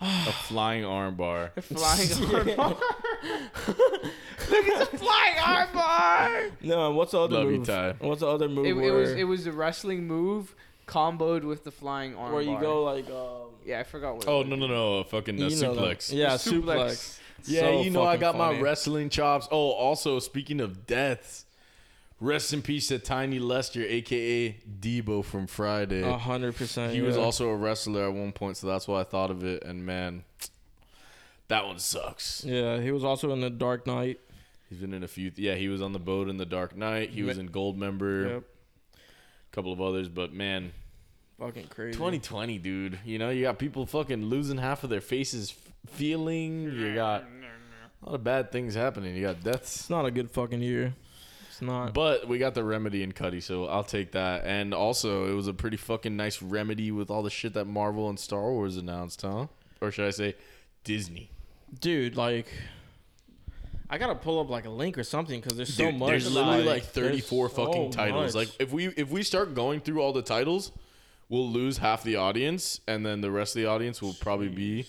a flying armbar. Flying armbar. Look at the flying armbar. No, what's the other Love you, move? Ty. What's the other move? It, it where, was it was a wrestling move comboed with the flying armbar. where you go like um, Yeah, I forgot what. Oh it no was. no no! A fucking uh, you know that. suplex. Yeah, suplex. Suplex. Yeah, So you know I fucking got funny. my wrestling chops. Oh, also speaking of deaths, rest in peace to Tiny Lester, aka Debo from Friday. A hundred percent. he was Uh-huh, yeah. also a wrestler at one point, so that's why I thought of it. And man, that one sucks. Yeah, he was also in the Dark Knight. He's been in a few. yeah, he was on the boat in the Dark Knight. He was in Gold Member, Yep. a couple of others. But man, Fucking crazy. 2020, dude. You know, you got people fucking losing half of their faces, f- feeling. You got a lot of bad things happening. You got deaths. It's not a good fucking year. It's not. But we got the remedy in Cuddy, so I'll take that. And also, it was a pretty fucking nice remedy with all the shit that Marvel and Star Wars announced, huh? Or should I say, Disney? dude, like, I gotta pull up like a link or something because there's so Dude, much. There's literally like, there's 34 so fucking titles. much. Like if we if we start going through all the titles, we'll lose half the audience, and then the rest of the audience will probably be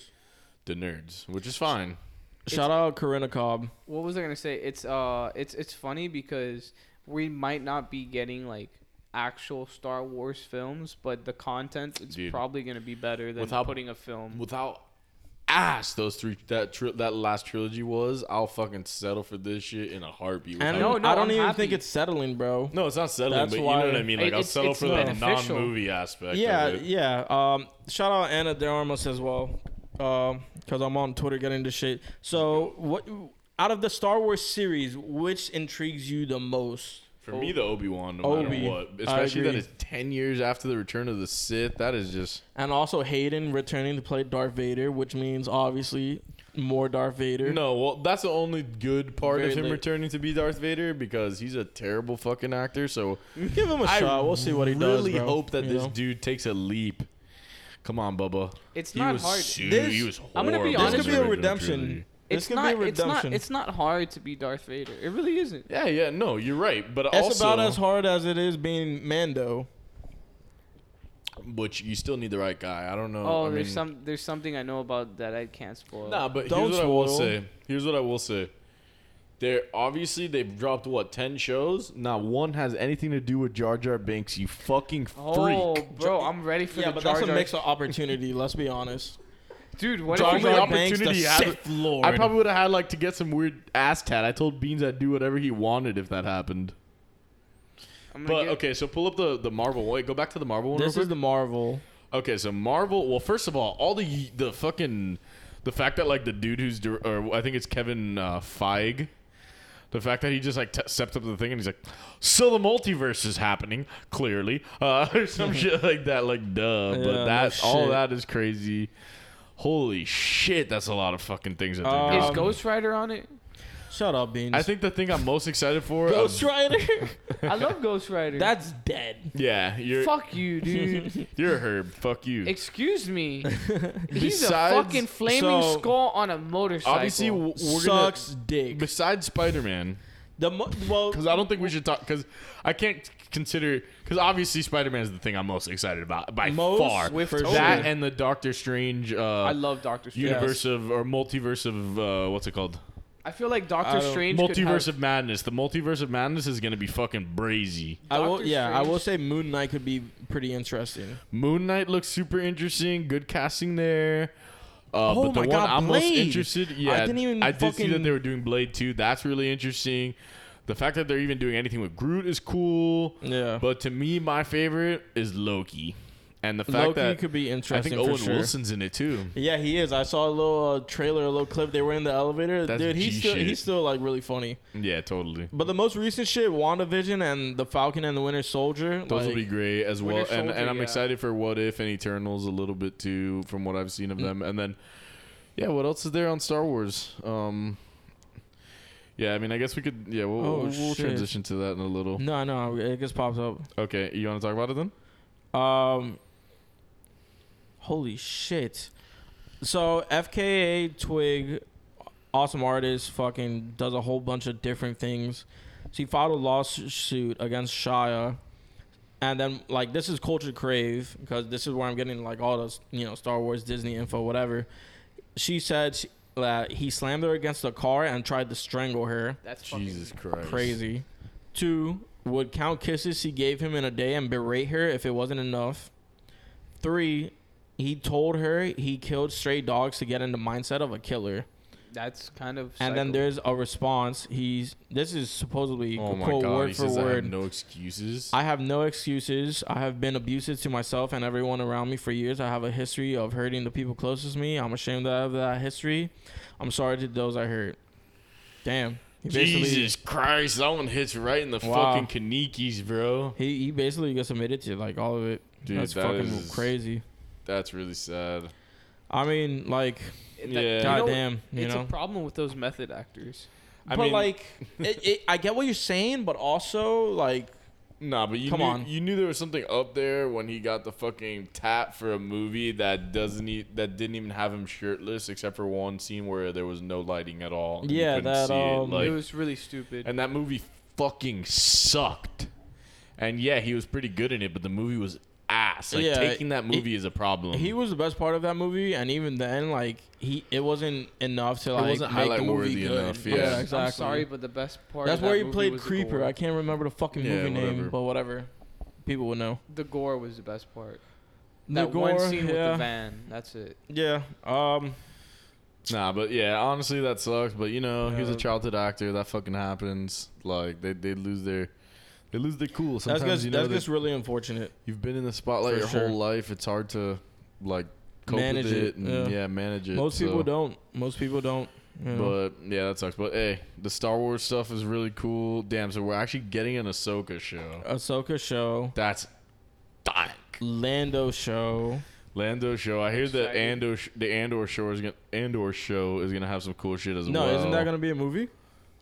the nerds, which is fine. shout out Corinna Cobb. What was I gonna say? It's uh, it's it's funny because we might not be getting like actual Star Wars films, but the content it's Dude. probably gonna be better than Without- putting a film. Without ass those three that tri- that last trilogy was, I'll fucking settle for this shit in a heartbeat. And without- No, no, I don't I'm even happy. think it's settling, bro. No, it's not settling, That's but why- you know what I mean. Like It- I'll it's- settle it's for the beneficial. non-movie aspect. Yeah, of it. yeah. Um, shout out Anna De Armas as well, because I'm on Twitter getting this shit. So what? Out of the Star Wars series, which intrigues you the most? For me, the Obi Wan, no Obi, matter what, I especially that agree. it's ten years after the Return of the Sith. That is just And also Hayden returning to play Darth Vader, which means obviously more Darth Vader. no. Well, that's the only good part Very of him late. returning to be Darth Vader because he's a terrible fucking actor. So Give him a shot. We'll see what he does. really bro. hope that You this know? dude takes a leep. Come on, Bubba. It's He not was hard. su- This- he was I'm gonna horrible be in honest the this could be a original redemption. trilogy. This it's could not. be a It's redemption. not. It's not hard to be Darth Vader. It really isn't. Yeah, yeah, no, you're right, but It's also about as hard as it is being Mando. But you still need the right guy. I don't know. Oh, I there's mean- some there's something I know about that I can't spoil. Nah, but Don't here's what I will spoil. say. Here's what I will say. They're obviously they've dropped what ten shows. Not one has anything to do with Jar Jar Binks. You fucking freak. oh, bro, I'm ready for Yeah, the but Jar that's a Jar. mix of opportunity. let's be honest. Dude, what Jar if Jar we Binks. the I- Sith Lord. I probably would have had like to get some weird ass tat. I told Beans I'd do whatever he wanted if that happened. I'm gonna But get- okay, so pull up the the Marvel. Wait, go back to the Marvel one. This real is the Marvel. quick. okay, so Marvel. Well, first of all, all the the fucking the fact that like the dude who's dir- or I think it's Kevin uh, Feige. The fact that he just like t- stepped up to the thing and he's like, "So the multiverse is happening, clearly," uh, or some shit like that. Like, duh. Yeah, no but that all shit. that is crazy. Holy shit, that's a lot of fucking things that they Um, dropped. Is Ghost Rider on it? Shut up, Beans. I think the thing I'm most excited for. Ghost um, Rider. I love Ghost Rider. that's dead. yeah, you're Fuck you, dude. you're a herb. Fuck you. Excuse me. He's Besides- a fucking flaming so- skull on a motorcycle. Obviously, w- we're Sucks gonna. dick. Besides Spider Man, The mo- well, because I don't think we should talk. Because I can't consider. Because obviously, Spider Man is the thing I'm most excited about by Most far. with that Tobey. and the Doctor Strange uh, I love Doctor Strange. universe of or multiverse of uh, what's it called? I feel like I Doctor don't- Strange. could multiverse have, of madness. The multiverse of madness is gonna be fucking brazy. I will. Doctor Yeah, I Strange. will say Moon Knight could be pretty interesting. Moon Knight looks super interesting. Good casting there. Uh, Oh but the my one God, I'm most Blade. interested. Yeah, didn't even I did see fucking- that they were doing Blade 2. That's really interesting. The fact that they're even doing anything with Groot is cool. Yeah. But to me, my favorite is Loki, and the fact Loki that could be I think interesting. Owen for sure. Wilson's in it too. Yeah, he is. I saw a little uh, trailer, a little clip. They were in the elevator. That's Dude, he's G still shit. he's still like really funny. Yeah, totally. But the most recent shit, WandaVision and the Falcon and the Winter Soldier. Those will like, be great as well, Winter and, Soldier, and I'm yeah. excited for What If and Eternals a little bit too, from what I've Mm. seen of them. And then, yeah, what else is there on Star Wars? Um, yeah, I mean, I guess we could. Yeah, we'll, Oh, we'll, we'll shit. Mm. transition to that in a little. No, no, it just pops up. Okay, you want to talk about it then? Um, holy shit! So FKA Twig, awesome artist, fucking does a whole bunch of different things. So he filed a lawsuit against Shia, and then like this is culture crave because this is where I'm getting like all those you know Star Wars, Disney info, whatever. She said she- that he slammed her against the car and tried to strangle her. That's Jesus Christ, Crazy. Two, would count kisses she gave him in a day and berate her if it wasn't enough. Three, he told her he killed stray dogs to get in the mindset of a killer. Fucking, that's kind of. And then psycho. there's a response. He's this is supposedly Oh my quote god, word he for says I have word. no excuses. I have no excuses. I have been abusive to myself and everyone around me for years. I have a history of hurting the people closest to me. I'm ashamed of that history. I'm sorry to those I hurt. Damn. He basically- Jesus Christ, that one hits right in the Wow. fucking kanikis, bro. He he basically gets admitted to like all of it. Dude, That's that fucking is- crazy. That's really sad. I mean, like, That- yeah. you know, goddamn, you it's know. a problem with those method actors. I but mean- like, it, it, I get what you're saying, but also like, Nah, but you Come knew, on. you knew there was something up there when he got the fucking tap for a movie that doesn't e- that didn't even have him shirtless except for one scene where there was no lighting at all. and you Yeah, couldn't that, see it, um, like- it was really stupid. and that movie fucking sucked. And yeah, he was pretty good in it, but the movie was ass. Like Yeah, taking that he- movie is a problem. he was the best part of that movie, and even then, like, he it wasn't enough to like wasn't make the highlight-worthy movie good. enough, Yeah, yeah. I'm exactly. I'm sorry, but the best part. That's of that where he movie played was the Creeper. gore. I can't remember the fucking Yeah, movie name, whatever. but whatever. People would know. The gore was the best part. The That one gore, scene with yeah. the van. That's it. Yeah. Um. nah, but yeah, honestly, that sucks. But you know, he was a Yeah. childhood actor. That fucking happens. Like they they lose their they lose their cool. Sometimes That's just, you know that's they- just really unfortunate. You've been in the spotlight For your sure. whole life. It's hard to like cope Manage with it, it, and yeah. yeah. manage it. Most people so- don't. Most people don't. you know. But yeah, that sucks. But hey, the Star Wars stuff is really cool. Damn, so we're actually getting an Ahsoka show. Ahsoka show, That's dying. Lando show. Lando show. I hear that Exciting. Andor, sh- the Andor show is gonna Andor show is gonna have some cool shit as No, well. isn't that gonna be a movie?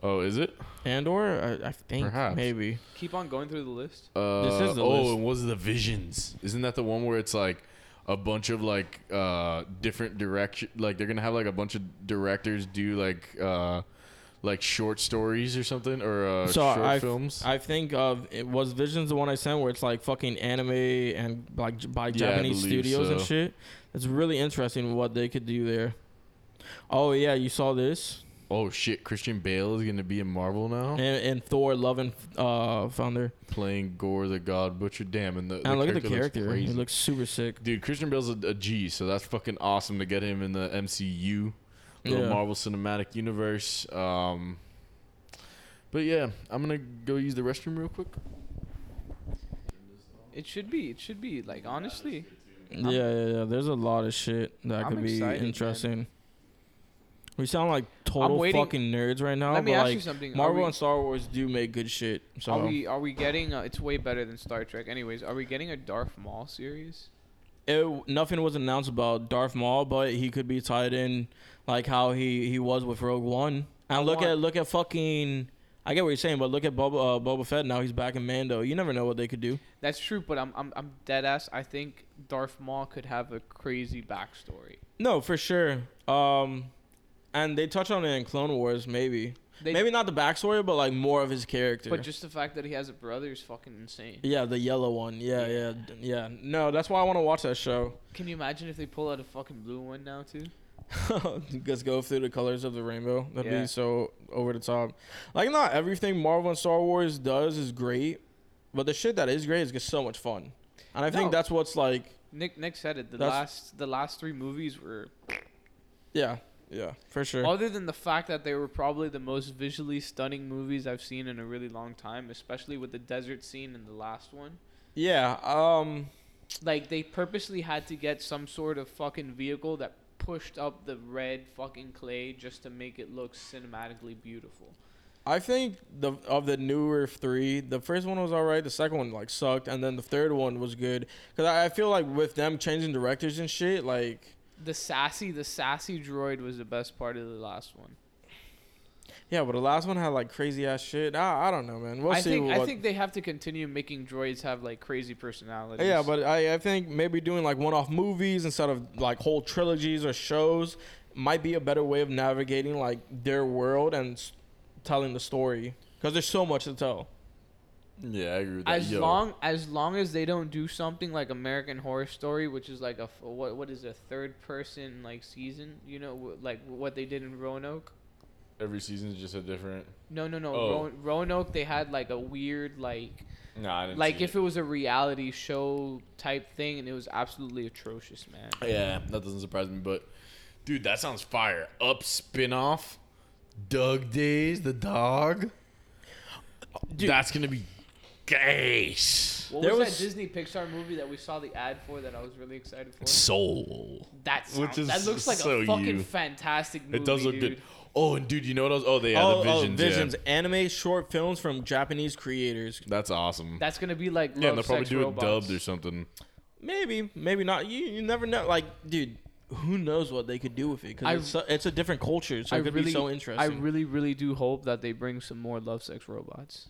Oh, is it? Andor, I, I think Perhaps. maybe. Keep on going through the list. Uh, This is the oh, list. and was the visions? Isn't that the one where it's like a bunch of like uh different direction? Like they're gonna have like a bunch of directors do like uh like short stories or something or uh, so short I, films. I think of it was Visions the one I sent where it's like fucking anime and like j- by Yeah, I Japanese believe studios and so. shit. It's really interesting what they could do there. Oh yeah, you saw this oh shit, Christian Bale is gonna be in Marvel now, and, and Thor Love and uh, Thunder. playing Gore the God Butcher. Damn, and the, the And look at the character; Looks crazy. he looks super sick. Dude, Christian Bale's a, a G, so that's fucking awesome to get him in the MCU, little Yeah. Marvel Cinematic Universe. Um, but yeah, I'm gonna go use the restroom real quick. It should be. It should be like honestly. Yeah, yeah, yeah. There's a lot of shit that I'm could be excited, man. interesting. We sound like total waiting- fucking nerds right now. Let me but, ask like, you something. Are Marvel we- and Star Wars do make good shit. So Are we are we getting? Uh, it's way better than Star Trek. Anyways, are we getting a Darth Maul series? it, nothing was announced about Darth Maul, but he could be tied in like how he he was with Rogue One. And look want- at look at fucking. I get what you're saying, but look at Boba uh, Boba Fett now. He's back in Mando. You never know what they could do. That's true, but I'm I'm I'm dead ass. I think Darth Maul could have a crazy backstory. No, for sure. Um, and they touch on it in Clone Wars, maybe. They, maybe not the backstory, but like more of his character. but just the fact that he has a brother is fucking insane. Yeah, the yellow one. Yeah, yeah, d- yeah. No, that's why I want to watch that show. Can you imagine if they pull out a fucking blue one now too? Just go through the colors of the rainbow. That'd Yeah. be so over the top. Like, not everything Marvel and Star Wars does is great, but the shit that is great is just so much fun. And I No. think that's what's like, Nick Nick said it. The That's- last the last three movies were yeah, yeah, for sure. other than the fact that they were probably the most visually stunning movies I've seen in a really long time, especially with the desert scene in the last one. yeah, um, Like they purposely had to get some sort of fucking vehicle that pushed up the red fucking clay just to make it look cinematically beautiful. I think the of the newer three, the first one was alright. The second one like sucked, and then the third one was good. Cause I, I feel like with them changing directors and shit, like The sassy the sassy droid was the best part of the last one. yeah, but the last one had like crazy ass shit. I, I don't know, man. We'll I see. think what, I think they have to continue making droids have like crazy personalities. Yeah, but I, I think maybe doing like one off movies instead of like whole trilogies or shows might be a better way of navigating like their world and s- telling the story because there's so much to tell. Yeah, I agree with that. as Yo, long as long as they don't do something like American Horror Story, which is like a f- what what is a third person like season, you know, wh- like what they did in Roanoke. every season is just a different. No, no, no. Oh. Ro- Roanoke, they had like a weird like Nah, I didn't like see if it was a reality show type thing, and it was absolutely atrocious, man. Yeah, that doesn't surprise me, but dude, that sounds fire. Up spinoff, Doug Days, the dog. That's gonna be gays. What There was, was- that Disney Pixar movie that we saw the ad for that I was really excited for? Soul. That sounds, Which is that looks like so a fucking you. fantastic movie. It does look dude. good. Oh, and dude, you know what else? Oh, they had oh, the visions. oh, yeah. visions, anime short films from Japanese creators. That's awesome. That's gonna be like love, yeah, and they'll probably sex, do robots. it dubbed or something. Maybe, maybe not. You you never know. Like, dude. Who knows what they could do with it? I- Because it's, so- it's a different culture, so it could be so interesting. I really, really do hope that they bring some more love sex robots.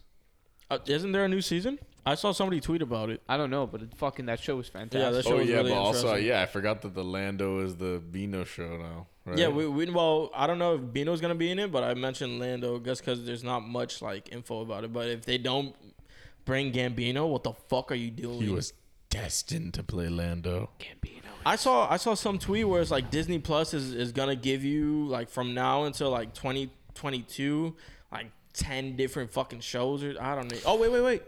uh, isn't there a new season? I saw somebody tweet about it. I don't know, but it, fucking that show was fantastic. Yeah, that show oh was yeah, really but also interesting. yeah, I forgot that the Lando is the Beano show now. Right? Yeah, we, we well, I don't know if Bino's gonna be in it, but I mentioned Lando just because there's not much like info about it. But if they don't bring Gambino, what the fuck are you doing? he was destined to play Lando. I saw I saw some tweet where it's like Disney Plus is, is gonna give you like from now until like 2022 like 10 different fucking shows or I don't know. Oh wait wait wait.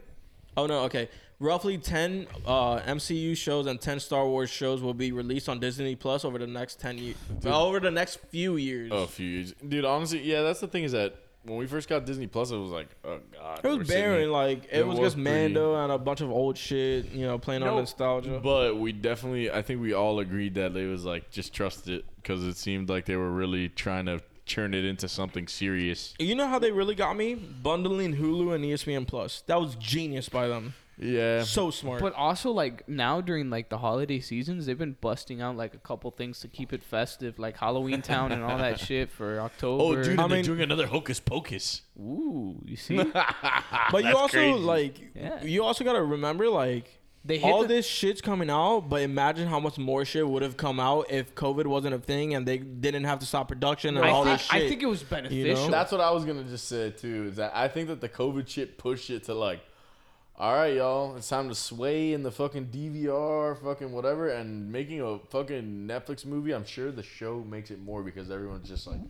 Oh no okay. Roughly 10 uh, MCU shows and 10 Star Wars shows will be released on Disney Plus over the next 10 years. Over the next few years. Oh, a few years, dude. Honestly, yeah, that's the thing is that when we first got Disney Plus, it was like, oh god, It we're was sitting barren, like it, It was, was just Mando and a bunch of old shit, you know, playing on No, nostalgia. But we definitely, I think we all agreed that it was like just trust it because it seemed like they were really trying to turn it into something serious. you know how they really got me bundling Hulu and E ESPN Plus. That was genius by them. Yeah, So smart. But also, like now during like the holiday seasons, they've been busting out like a couple things to keep it festive, like Halloween Town and all that shit for Oh, October. dude, I and they're mean- doing another Hocus Pocus. Ooh, you see? but you That's also crazy. like Yeah. you also gotta remember like They hit all the- this shit's coming out, but imagine how much more shit would have come out if COVID wasn't a thing and they didn't have to stop production and I all think, this shit. I think it was beneficial. That's what I was gonna just say too. Is that I think that the COVID shit pushed it to like, all right, y'all, it's time to sway in the fucking DVR, fucking whatever, and making a fucking Netflix movie. I'm sure the show makes it more because everyone's just like,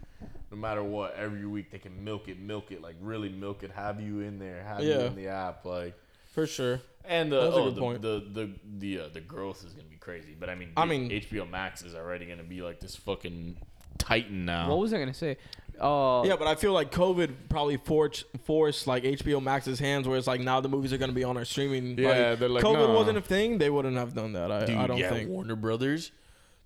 no matter what, every week they can milk it, milk it, like really milk it, have you in there, have you Yeah. in the app, like. for sure. And uh, That's a oh, good the, point. the the the uh, the growth is gonna be crazy, but I mean, I the mean- HBO Max is already gonna be like this fucking titan now. what was I gonna say? Uh, Yeah, but I feel like COVID probably forged, forced like HBO Max's hands, where it's like now the movies are gonna be on our streaming. Yeah, they're like, COVID nah. wasn't a thing; they wouldn't have done that. I, Dude, I don't yeah, think. Warner Brothers.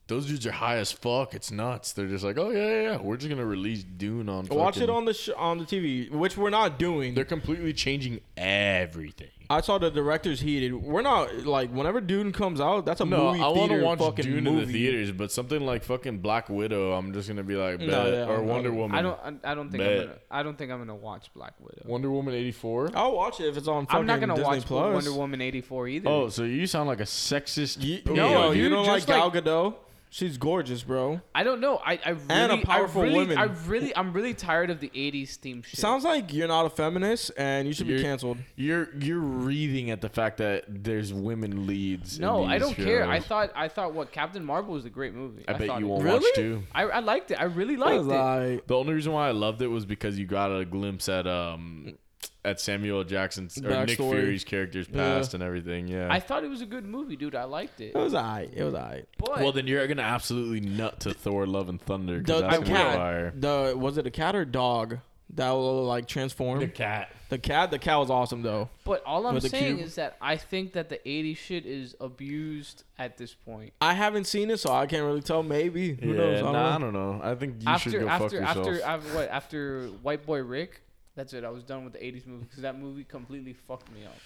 Those dudes are high as fuck. It's nuts. They're just like, oh yeah, yeah, yeah. We're just gonna release Dune on. Watch it fucking- on the sh- on the TV, which we're not doing. They're completely changing everything. I saw the director's heated. We're not like whenever Dune comes out, that's a No, movie I want theater to watch fucking Dune movie. in the theaters, but something like fucking Black Widow, I'm just gonna be like, No, bet. yeah, or I'm not- Wonder Woman. I don't. I, I don't think. I'm Bet. gonna, I don't think I'm gonna watch Black Widow. Wonder Woman Oh, '84. I'll watch it if it's on. Fucking I'm not gonna Disney watch Plus. Wonder Woman '84 either. Oh, so you sound like a sexist. You, pig. no, Dude, you don't like just Gal Gadot. She's gorgeous, bro. I don't know. I, I really, And a I powerful really, woman. I really, I'm really tired of the '80s theme shit. Sounds like you're not a feminist, and you should be You're- canceled. You're you're wreathing at the fact that there's women leads. in no, I these don't care. I shows. thought, I thought what Captain Marvel was a great movie. I, bet thought you it- won't Really? watch too. I, I liked it. I really liked it. Like, The only reason why I loved it was because you got a glimpse at um at Samuel L. Jackson's or Nick Backstory. Fury's character's Yeah. past and everything. Yeah. I thought it was a good movie, dude. I liked it. it was alright. It was alright. But well, then you're gonna absolutely nut to Thor: Love and Thunder. 'cause The, that's the gonna be cat. fire. The was it a cat or dog that will like transform? The, cat. cat. The cat was awesome though. But all I'm With the saying cube. is that I think that the 80s shit is abused at this point. I haven't seen it, so I can't really tell. Maybe who Yeah, knows? I don't nah, I know. don't know. I think you should after go fuck after yourself. after after what after White Boy Rick, that's it. I was done with the 80s movie because that movie completely fucked me up.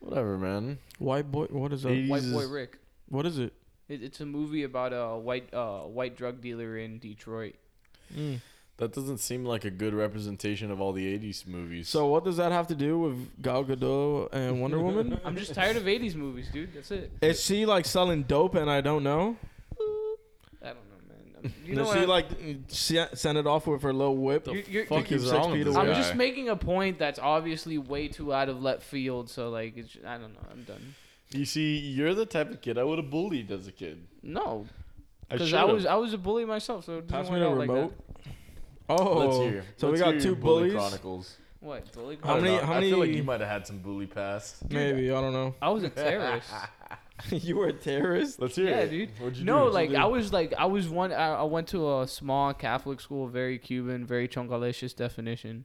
Whatever, man. White boy. What is that? Eighty- White Boy Jesus. Rick. What is it? It, it's a movie about a white uh, white drug dealer in Detroit. Mm. That doesn't seem like a good representation of all the '80s movies. So what does that have to do with Gal Gadot and Wonder Woman? I'm just tired of 80s movies, dude. That's it. Is she like selling dope and I don't know? I don't know, man. I'm, you You know know what? she I'm- like s- sent it off with her little whip? You're- you're- fuck keep is six wrong with feet this away. I'm guy? just making a point that's obviously way too out of left field. So like, it's, I don't know. I'm done. you see, you're the type of kid I would have bullied as a kid. No, I because I, should've. was I was a bully myself. So it doesn't Pass me work the out like that. remote. Oh, Let's hear. so Let's we got hear two your bully bullies. Chronicles. What bully? How I don't many- know. how I feel like many- you might have had some bully past. Maybe I don't know. I was a terrorist. you were a terrorist. Let's hear yeah, it. dude. What'd you do? No, What'd you like do? I was like I was one. I, I went to a small Catholic school, very Cuban, very chongalicious definition,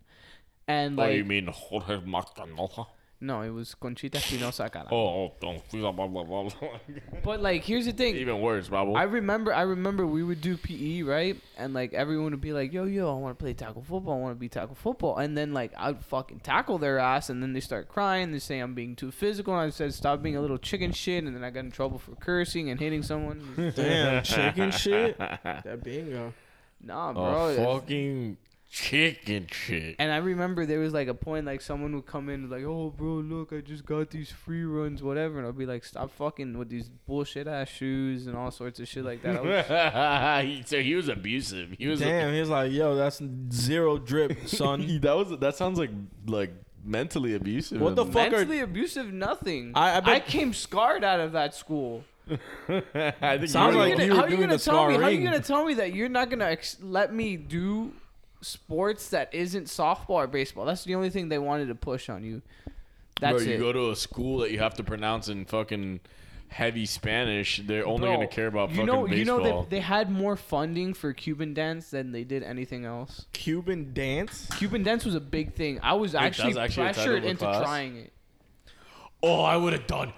and Oh, like you mean Jorge Macanoja? no, it was Conchita Espinosa, cara. Oh, oh, blah, blah, blah, blah. But like, here's the thing. Even worse, Bobble. I remember, I remember we would do PE, right? And like everyone would be like, "Yo, yo, I want to play tackle football. I want to be tackle football." And then like I'd fucking tackle their ass, and then they start crying. They say I'm being too physical. And I said, "Stop being a little chicken shit." And then I got in trouble for cursing and hitting someone. Damn, chicken shit. That bingo. nah, oh, bro. it's- fucking chicken shit. And I remember there was like a point like someone would come in like, "Oh, bro, look, I just got these free runs, whatever," and I'll be like, "Stop fucking with these bullshit ass shoes and all sorts of shit like that." I was- so he was abusive. He was. Damn, he's like, yo, that's zero drip, son. that was. That sounds like like mentally abusive. What the and- fuck? Fucker. mentally abusive, nothing. I- I, I bet- came scarred out of that school. I think Sounds you were How like you gonna, you were how you doing gonna the tell me? How you scarring. gonna tell me that you're not gonna ex- let me do sports that isn't softball or baseball? That's the only thing they wanted to push on you. That's Bro, you it. go to a school that you have to pronounce in fucking heavy Spanish. They're only Bro, gonna care about you fucking know, baseball. You know, they, they had more funding for Cuban dance than they did anything else. Cuban dance. Cuban dance was a big thing. I was actually, that's actually a title pressured of a into class? trying it. oh, I would have done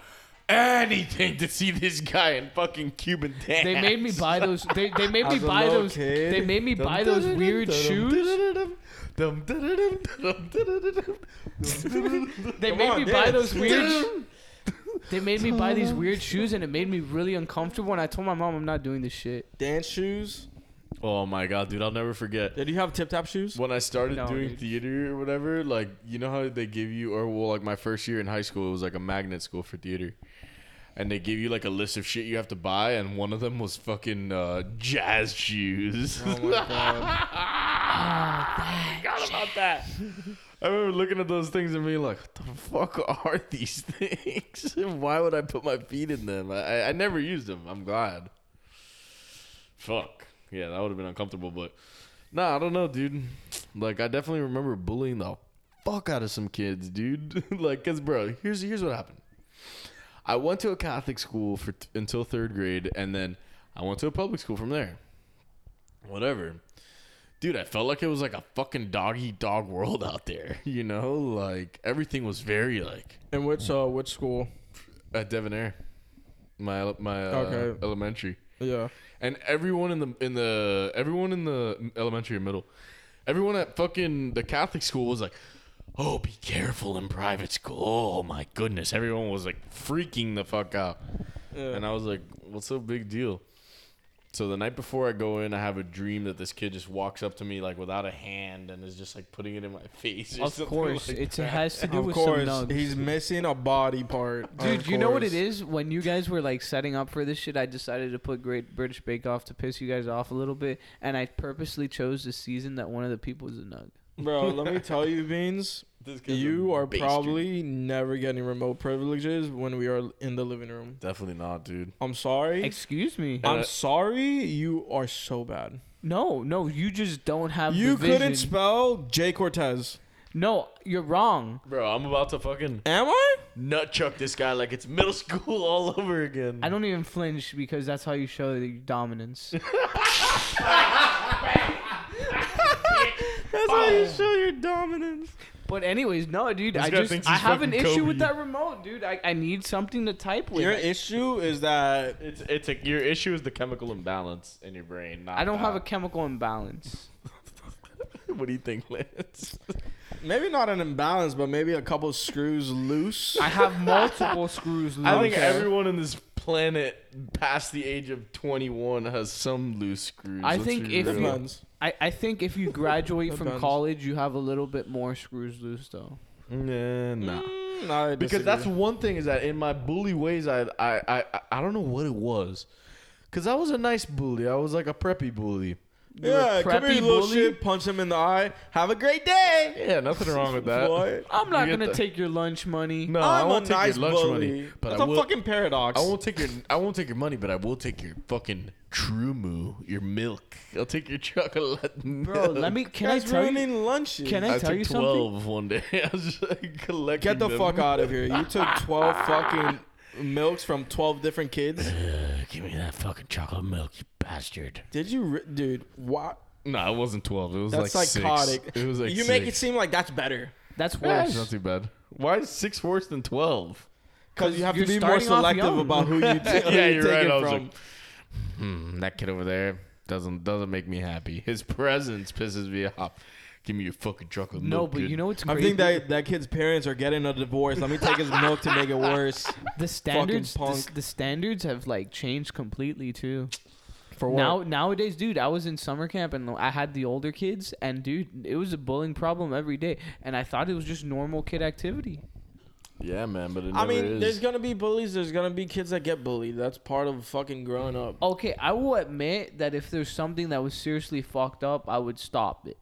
anything to see this guy in fucking Cuban dance. They made me buy those. They, they made me As a buy little those. kid. They made me buy those weird shoes. They Come made on, me dance. buy those weird. sh- They made me buy these weird shoes, and it made me really uncomfortable. And I told my mom, I'm not doing this shit. Dance shoes. Oh my god, dude, I'll never forget. Did you have tip top shoes? When I started No, doing dude. theater or whatever, like you know how they give you, or well, like my first year in high school, it was like a magnet school for theater. and they give you like a list of shit you have to buy, and one of them was fucking uh, jazz shoes. Oh my god! Forgot about that. I remember looking at those things and being like, "What the fuck are these things? Why would I put my feet in them? I, I, I never used them. I'm glad." Fuck. Yeah, that would have been uncomfortable, but nah, I don't know, dude. Like, I definitely remember bullying the fuck out of some kids, dude. like, cause bro, here's here's what happened. I went to a Catholic school for t- until third grade, and then I went to a public school from there. Whatever, dude. I felt like it was like a fucking dog eat dog world out there. You know, like everything was very like And which uh which school? at Devonair, my ele- my uh, Okay. elementary. Yeah. And everyone in the in the everyone in the elementary and middle, everyone at fucking the Catholic school was like, "Oh, be careful in private school." Oh my goodness, everyone was like freaking the fuck out. And I was like, "What's so big deal?" So the night before I go in, I have a dream that this kid just walks up to me like without a hand and is just like putting it in my face. or Of something course, like it that. has to do Of with course, some nugs. he's missing a body part. Dude, Of you know what course. it is? When you guys were like setting up for this shit, I decided to put Great British Bake Off to piss you guys off a little bit, and I purposely chose the season that one of the people was a nug. Bro, let me tell you, Beans. This kid's a You are bastard. probably never getting remote privileges when we are in the living room. definitely not, dude. I'm sorry. Excuse me. I'm Uh, sorry. You are so bad. No, no, you just don't have. You the vision. couldn't spell Jay Cortez. no, you're wrong. Bro, I'm about to fucking Am I? nut chuck this guy like it's middle school all over again. Mm. I don't even flinch because that's how you show your dominance. That's how you show your dominance. but anyways, no, dude, This I guy just thinks I he's have an fucking issue with Kobe. that remote, dude. I, I need something to type with. Your issue is that It's it's a, your issue is the chemical imbalance in your brain. Not I don't have a that. chemical imbalance. What do you think, Lance? maybe not an imbalance, but maybe a couple screws loose. I have multiple screws loose. I think Okay. everyone on this planet past the age of 21 has some loose screws. I Let's think be if real. you- Depends. I, I think if you graduate from Depends. college, you have a little bit more screws loose, though. nah, nah. Mm, I because that's disagree. one thing is that in my bully ways I I I, I- I don't know what it was. Cause I was a nice bully. I was like a preppy bully. yeah. you're a Come here, preppy you little bully? shit. Punch him in the eye. Have a great day. Yeah, nothing wrong with that. Boy. I'm not You get gonna the- take your lunch money. No, I I'm won't a take nice your lunch bully. money, but that's I a will. fucking paradox. I won't take your I won't take your money, but I will take your fucking trumu, your milk. I'll take your chocolate. Bro, let me. Can I Guys tell you? ruining lunches. Can I I tell took you something? twelve one day. I was just like collecting. Get the them. fuck out of here. You took 12 fucking milks from 12 different kids. Give me that fucking chocolate milk, you bastard. Did you, re- dude? What? No, it wasn't twelve. It was That's like psychotic. Six. It was like you make it six. seem like that's better That's Yeah, worse. it's not too bad. Why is six worse than twelve? because you have to be You're more starting off selective young. about who you, t- who Yeah, you you're take right. it I was from. like- Hmm, that kid over there doesn't doesn't make me happy. His presence pisses me off. Give me your fucking chocolate no, milk. but you know what's I crazy? think that that kid's parents are getting a divorce. Let me take his milk to make it worse. the standards, the, s- punk. the standards have like changed completely too. For what? Now, nowadays, dude, I was in summer camp and I had the older kids, and dude, it was a bullying problem every day, and I thought it was just normal kid activity. Yeah, man, but it never I mean, is. there's gonna be bullies. There's gonna be kids that get bullied. That's part of fucking growing up. Okay, I will admit that if there's something that was seriously fucked up, I would stop it.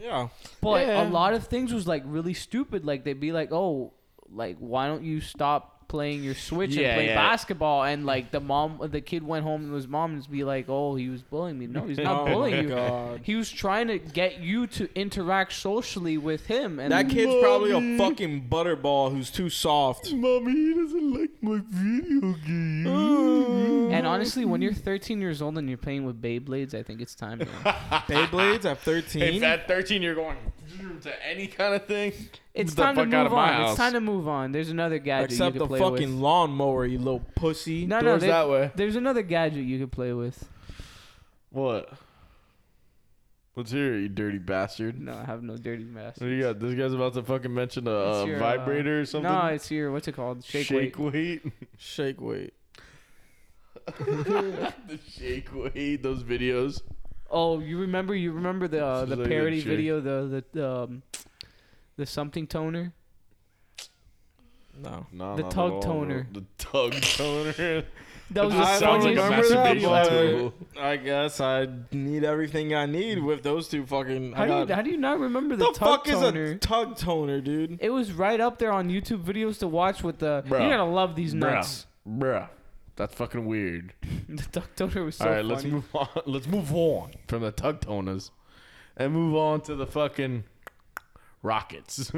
Yeah. But Yeah. a lot of things was like really stupid. Like they'd be like, "Oh, like why don't you stop playing your Switch Yeah, and play yeah. basketball?" And like the mom, the kid went home to his mom and be like, "Oh, he was bullying me." No, he's not Oh bullying my you. God. He was trying to get you to interact socially with him. And That kid's probably a fucking butterball who's too soft. Mommy, he doesn't like my video game. And honestly, when you're 13 years old and you're playing with Beyblades, I think it's time. man. Beyblades at 13. If at 13 you're going to any kind of thing, It's Get the time to fuck out move of my on. house. It's time to move on. There's another gadget Except you could the play fucking with. lawnmower, you little pussy. No, no, doors there- that way. there's another gadget you could play with. What? Let's hear it, you dirty bastard. No, I have no dirty mask. What do you got? This guy's about to fucking mention a, It's uh your, uh, vibrator or something? No, it's your what's it called? Shake, weight. weight. Shake weight. the shake weight, those videos. Oh, you remember you remember the uh, This the is like a parody shake. video the the um, the something toner. No. No, The not at tug all, bro. toner. The tug toner. That was I the don't funniest remember that masturbation one. tool. I guess I need everything I need with those two fucking. How do you how do you not remember the, the tug fuck toner? is a tug toner, dude? it was right up there on YouTube videos to watch with the. Bruh. You gotta love these nuts. Bruh. That's fucking weird. the tug toner was so All right, funny. let's move on. Let's move on from the tug toners and move on to the fucking rockets.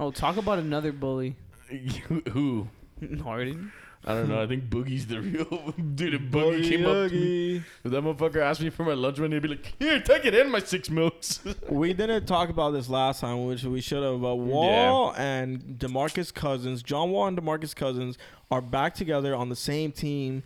Oh, talk about another bully. Who? Harden. I don't know. I think Boogie's the real dude. If Boogie, came up to me. If that motherfucker asked me for my lunch money, he'd be like, "Here, take it in my six milks." We didn't talk about this last time, which we should have. But Wall and Demarcus Cousins, John Wall and Demarcus Cousins, are back together on the same team,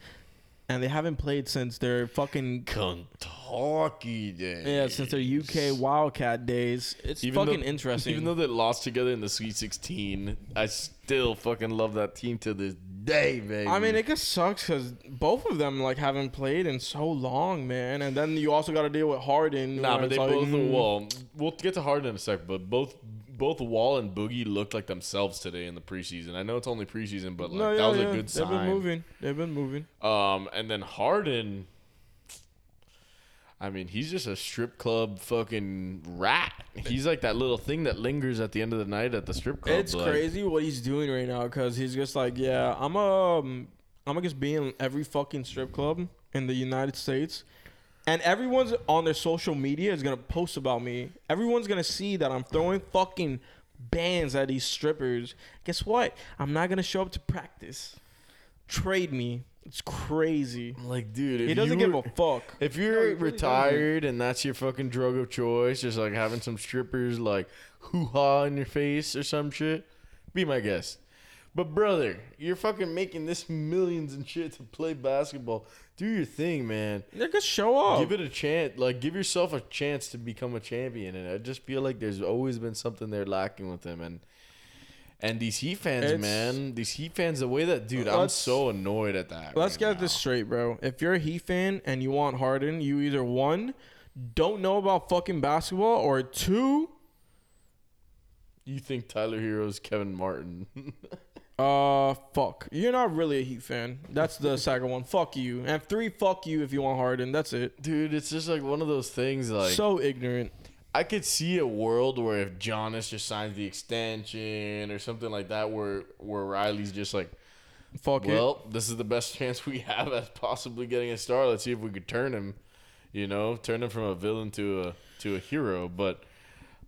and they haven't played since their fucking Kentucky days. yeah, since their UK Wildcat days. It's Even fucking though- interesting. Even though they lost together in the Sweet 16, I still fucking love that team to this day, baby. I mean, it just sucks because both of them like haven't played in so long, man. And then you also got to deal with Harden. Nah, where but it's they like, both mm. well. We'll get to Harden in a sec, but both both Wall and Boogie looked like themselves today in the preseason. I know it's only preseason, but like No, that yeah, was yeah. a good They've sign. been moving. They've been moving. Um, and then Harden. I mean, he's just a strip club fucking rat. He's like that little thing that lingers at the end of the night at the strip club. It's like, crazy what he's doing right now because he's just like, yeah, I'm um, I'm gonna just be in every fucking strip club in the United States, and everyone's on their social media is gonna post about me. Everyone's gonna see that I'm throwing fucking bands at these strippers. Guess what? I'm not gonna show up to practice. Trade me. It's crazy. I'm Like, dude, if He doesn't you give were- a fuck. If he you're really retired and that's your fucking drug of choice, just like having some strippers like hoo ha in your face or some shit, be my guest. But brother, you're fucking making this millions and shit to play basketball. Do your thing, man. They could show up. Give it a chance. Like, give yourself a chance to become a champion. And I just feel like there's always been something they're lacking with them. And and these Heat fans, It's- man, these Heat fans, the way that dude, I'm Let's- so annoyed at that. Let's right get now. this straight, bro. If you're a Heat fan and you want Harden, you either one, don't know about fucking basketball, or two, You think Tyler Hero's Kevin Martin? uh, fuck. You're not really a Heat fan. That's the second one. Fuck you. And three, fuck you if you want Harden. That's it. Dude, it's just like one of those things. Like so ignorant. I could see a world where if Giannis just signs the extension or something like that, where where Riley's just like, Fuck it. well, this is the best chance we have at possibly getting a star. Let's see if we could turn him, you know, turn him from a villain to a to a hero. But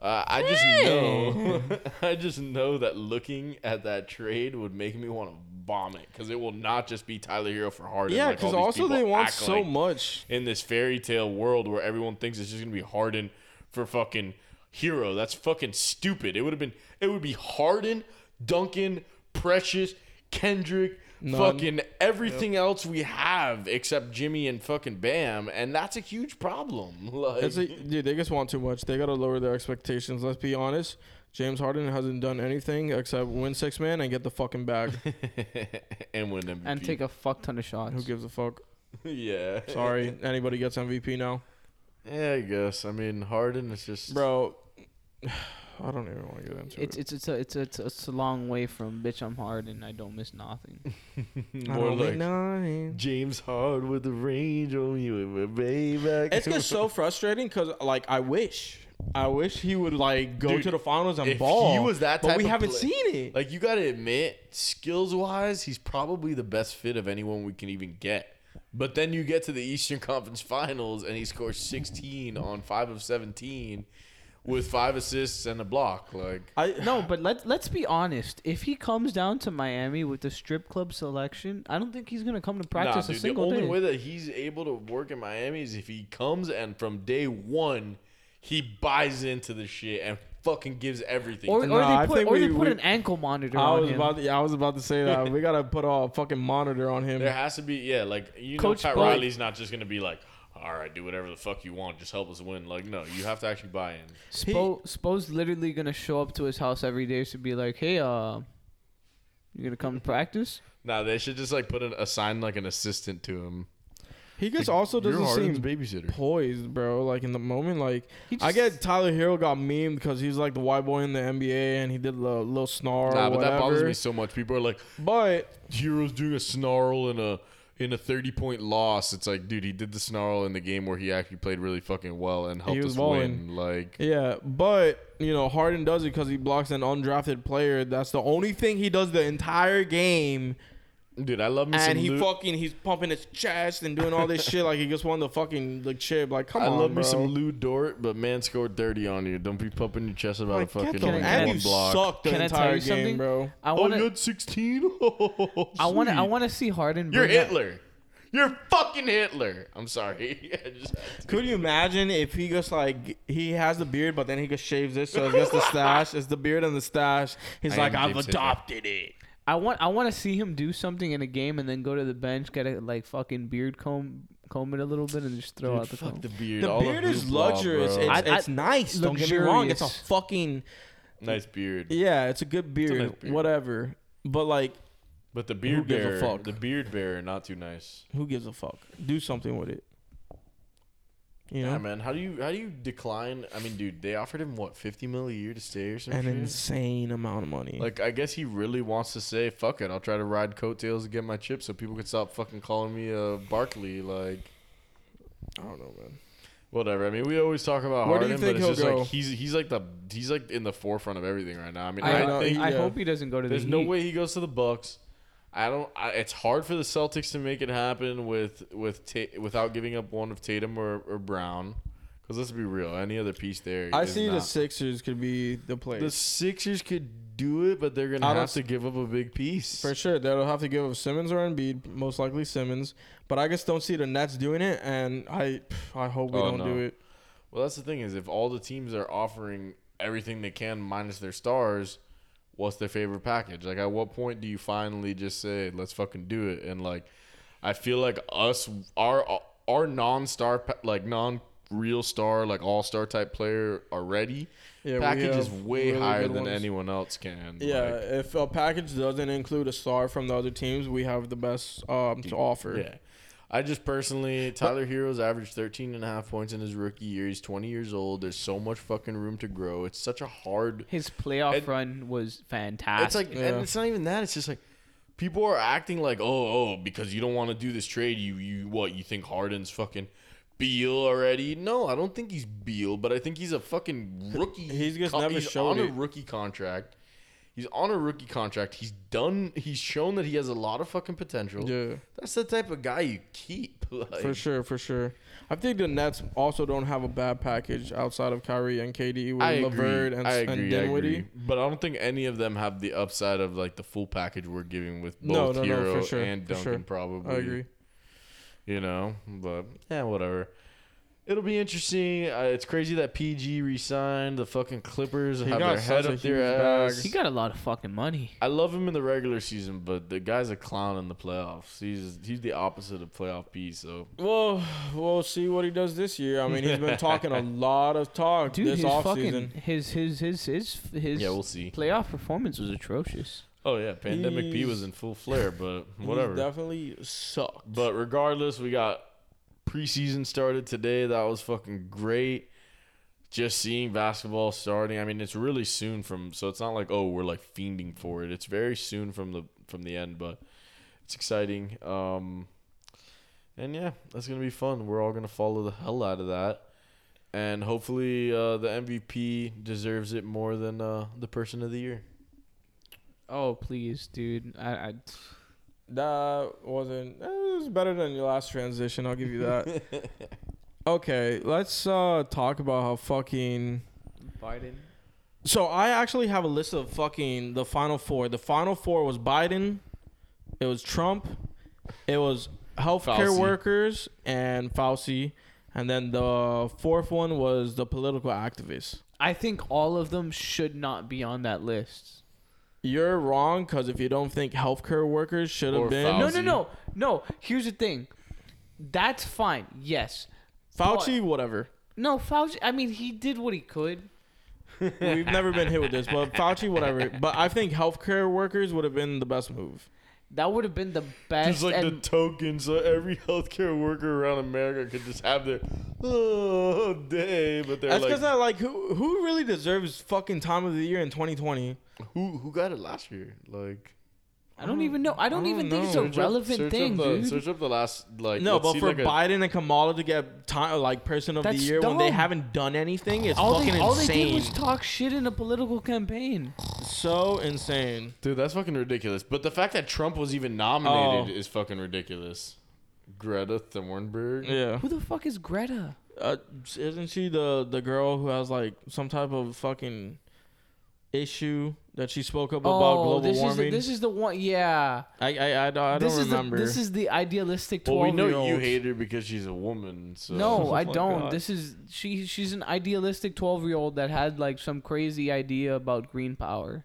uh, I just know, I just know that looking at that trade would make me want to vomit because it will not just be Tyler Hero for Harden. Yeah, like all because these also people they want act so like much. in this fairy tale world where everyone thinks it's just gonna be Harden for fucking hero. That's fucking stupid. It would have been it would be Harden, Duncan, Precious, Kendrick, fucking everything else we have except Jimmy and fucking Bam, and that's a huge problem. Like It's a, dude, they just want too much. They gotta lower their expectations. Let's be honest. James Harden hasn't done anything except win six man and get the fucking bag. and win MVP. And take a fuck ton of Who shots. gives a fuck? yeah. Sorry, anybody gets MVP now. Yeah, I guess. I mean, Harden is just bro. I don't even want to get into It's it. it's it's a, it's a, it's, a, it's a long way from bitch. I'm hard and I don't miss nothing. more like James Hard with the range on you, baby. It's just so frustrating because, like, I wish, I wish he would like go Dude, to the finals and if ball. he was that but type we of haven't play- seen it. Like you gotta admit, skills wise, he's probably the best fit of anyone we can even get. But then you get to the Eastern Conference Finals and he scores 16 on five of 17 with five assists and a block. Like I no, but let let's be honest. If he comes down to Miami with the strip club selection, I don't think he's gonna come to practice nah, a dude, the single only day. way that he's able to work in Miami is if he comes and from day one he buys into the shit and fucking gives everything. or or Nah, I they put think or they we- put we- an ankle monitor I on was him. about, to, yeah, I was about to say that we gotta put a fucking monitor on him. There has to be, yeah, like you Coach know, Pat Bo- Riley's not just gonna be like, "All right, do whatever the fuck you want, just help us win." Like, no, you have to actually buy in. Spo, Spo's literally gonna show up to his house every day to be like, "Hey, uh, you gonna come to practice?" Nah, they should just like put an assign like an assistant to him. He just also You're doesn't Harden's seem babysitter. poised, bro. Like in the moment, like He I get Tyler Hero got memed because he's like the white boy in the NBA and he did the little snarl. Nah, or but that bothers whatever. me so much. People are like, But Hero's doing a snarl in a in a thirty point loss. It's like, dude, he did the snarl in the game where he actually played really fucking well and helped was us balling. win. Like, yeah, but you know Harden does it because he blocks an undrafted player. That's the only thing he does the entire game. dude, I love me some. And he Lu- fucking he's pumping his chest and doing all this shit like he just won the fucking like chip. Like come I on, love bro. me some Lou Dort, but man scored thirty on you. Don't be pumping your chest about like, a fucking get the, Can I- and one you block. sucked the Can I tell entire you something? game, bro. I Oh, you wanna, had sixteen. Oh, I wanna, I wanna see Harden. You're bring up- Hitler. You're fucking Hitler. I'm sorry. I just had to. Could you imagine if he just like he has the beard, but then he just shaves it, so it's just the stash. It's the beard and the stash. He's I like, am I've James adopted it. I want, I want to see him do something in a game and then go to the bench, get a like fucking beard comb, comb it a little bit, and just throw out the comb. Fuck the beard. The All the beard is hoopla, luxurious. bro. It's, I- I- it's nice. Don't get me wrong. It's a luxurious. fucking nice beard. yeah. It's a good beard. nice beard. Whatever. But like, But the beard gives a bearer, fuck? the beard bearer, not too nice. who gives a fuck? Do something with it. You know, Nah, man, how do you how do you decline? I mean, dude, they offered him what fifty mil a year to stay or an something. insane amount of money. Like, I guess he really wants to say, "Fuck it, I'll try to ride coattails to get my chips, so people can stop fucking calling me uh, Barkley." Like, I don't know, man. whatever. I mean, we always talk about Where do Harden, you think but it's he'll just go? like he's he's like the he's like in the forefront of everything right now. I mean, I, I know, think I yeah. hope he doesn't go to There's the no Heat. way he goes to the Bucks. I don't. I, it's hard for the Celtics to make it happen with with Ta- without giving up one of Tatum or, or Brown. Because let's be real, any other piece there. I is see the not- Sixers could be the place. the Sixers could do it, but they're gonna I don't have to give up a big piece. For sure, they'll have to give up Simmons or Embiid, most likely Simmons. But I just don't see the Nets doing it, and I I hope we Oh, don't no. do it. Well, that's the thing is, if all the teams are offering everything they can minus their stars, what's their favorite package? Like, at what point do you finally just say, "Let's fucking do it"? And like, I feel like us, our our non-star, pa- like non-real star, like all-star type player already Yeah, we package is have way really higher good than ones. anyone else can. Yeah, Like, if a package doesn't include a star from the other teams, we have the best um, to offer. yeah. I just personally, Tyler Heroes averaged 13 and a half points in his rookie year. He's 20 years old. There's so much fucking room to grow. It's such a hard His playoff And- run was fantastic. It's like, Yeah. and it's not even that. It's just like people are acting like, oh, oh, because you don't want to do this trade. You, you, what? You think Harden's fucking Beal already? No, I don't think he's Beal, but I think he's a fucking rookie. He's just never he's showed on it. a rookie contract. He's on a rookie contract. He's done. He's shown that he has a lot of fucking potential. Yeah, That's the type of guy you keep. Like, for sure, for sure. I think the Nets also don't have a bad package outside of Kyrie and KD with I agree. LeVert and, I agree. and I Dinwiddie. agree. But I don't think any of them have the upside of like the full package we're giving with No, both no, no, for Hero sure, and for Duncan. sure. Probably, I agree. You know, but yeah, whatever. It'll be interesting. Uh, it's crazy that PG resigned. The fucking Clippers have got their head such a up their huge bag. ass. he got a lot of fucking money. I love him in the regular season, but the guy's a clown in the playoffs. He's he's the opposite of playoff P. So Well, we'll see what he does this year. I mean, he's been talking a lot of talk Dude, this his offseason. fucking his his his his his yeah, we'll see. playoff performance was atrocious. Oh yeah, pandemic P He's- was in full flare, but He's whatever. definitely sucked. But regardless, we got preseason started today. That was fucking great. Just seeing basketball starting. I mean, it's really soon from so it's not like oh we're like fiending for it. It's very soon from the from the end, but it's exciting. Um, and yeah, that's gonna be fun. We're all gonna follow the hell out of that, and hopefully uh, the MVP deserves it more than uh, the person of the year. Oh please, dude. I, I That wasn't. eh, It was better than your last transition. I'll give you that. okay, let's uh talk about how fucking. Biden. So I actually have a list of fucking the final four. The final four was Biden, it was Trump, it was healthcare Fauci. workers and Fauci, and then the fourth one was the political activists. I think all of them should not be on that list. You're wrong because if you don't think healthcare workers should have Or been No, Fauci. no, no, no. Here's the thing. That's fine. Yes. Fauci, whatever. No, Fauci. I mean, he did what he could. We've never been hit with this, but Fauci, whatever. But I think healthcare workers would have been the best move. That would have been the best. Just like the and token, so every healthcare worker around America could just have their oh day, but they're That's like, because I like who who really deserves fucking time of the year in 2020. who who got it last year? Like, I don't even know. I don't, I even don't think it's know. a search up- relevant search up thing, the- dude. Search up the last like. No, let's but see, for like a- Biden and Kamala to get time like person of That's the year when they dumb. haven't done anything is all fucking they, all they insane. did was talk shit in a political campaign. so insane. Dude, that's fucking ridiculous. But the fact that Trump was even nominated Oh. is fucking ridiculous. Greta Thunberg. Yeah. Who the fuck is Greta? Uh, isn't she the the girl who has like some type of fucking issue that she spoke up about global Oh, this warming? is the, this is the one. Yeah, I, I, I, don't- I don't this is remember. the this is the idealistic Well, twelve we year know old. you hate her because she's a woman. So. No, Oh I my don't. God. This is she. She's an idealistic twelve-year-old that had like some crazy idea about green power.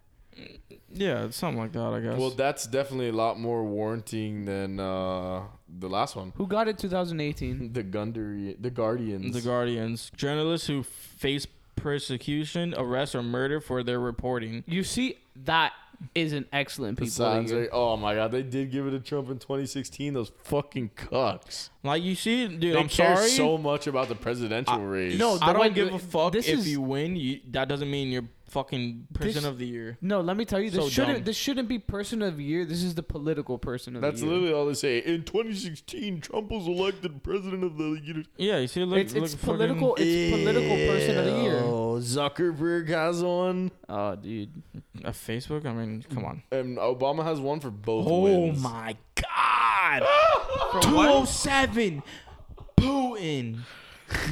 yeah, it's something like that, I guess. Well, that's definitely a lot more warranting than uh, the last one. Who got it? 2018. The Gundry, the Guardians. the Guardians. Journalists who face persecution, arrest, or murder for their reporting. You see, that is an excellent people. Besides, of the year. they- oh my god, they did give it to Trump in 2016. Those fucking cucks. Like, you see, dude, They I'm care sorry. so much about the presidential race. no, I The don't one- give a fuck this if is- you win. You, that doesn't mean you're fucking person This- of the year. No, let me tell you, this So shouldn't dumb. this shouldn't be person of the year. This is the political person of that's the year. literally all they say. In 2016, Trump was elected president of the United Yeah, you see, look, it's look it's fucking- political. It's political person of the year. Oh, Zuckerberg has one, Oh, dude. A Facebook. I mean, come on. and Obama has one for both. Oh wins. my God! 207 Putin.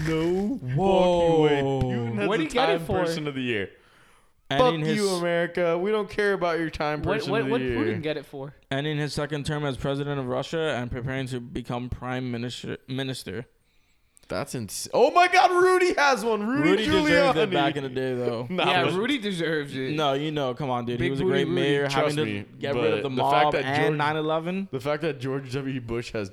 No Whoa. fucking way. Putin has What'd the he get it time for? person of the year. And Fuck in his, you, America. We don't care about your time What person what of the what year. Putin get it for? and in his second term as president of Russia and preparing to become prime minister. Minister. That's insane. Oh my God, Rudy has one. Rudy, Rudy Giuliani. deserved it back in the day, though. Nah, yeah, but- Rudy deserves it. No, you know, come on, dude. he Big was a booty great Rudy, mayor, having trust to me, get rid but of the the mob fact that and George- 9/11. The fact that George W. Bush has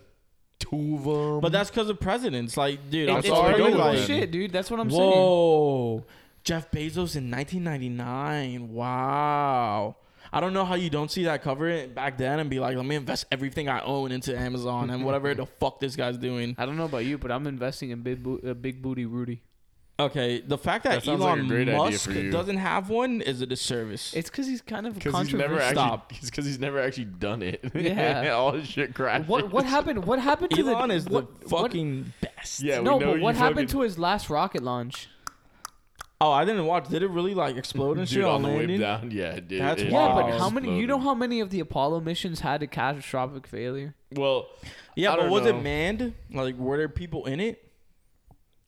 two of them. But that's because of presidents. Like, dude, I'm It- it's all sorry, go political dude, like, with. shit, dude. That's what I'm saying. Whoa. Jeff Bezos in 1999. Wow. I don't know how you don't see that cover it back then and be like, let me invest everything I own into Amazon and whatever the fuck this guy's doing. I don't know about you, but I'm investing in big, bo- uh, big booty Rudy. Okay, the fact that, That sounds like a Elon great idea Musk for you. doesn't have one is a disservice. It's because he's kind of because he's never controversial. actually, Stop. It's because he's never actually done it. Yeah. all his shit crashes. What what happened? What happened to Elon the is what, the what- fucking best. Yeah, no, we know but you what fucking- happened to his last rocket launch? Oh, I didn't watch. Did it really like explode and shit Dude, on the way landing? down, yeah, dude. That's it Yeah, Wow. but fucking how many? You know exploded. how many of the Apollo missions had a catastrophic failure? Well, Yeah, I but don't was know. it manned? Like, were there people in it?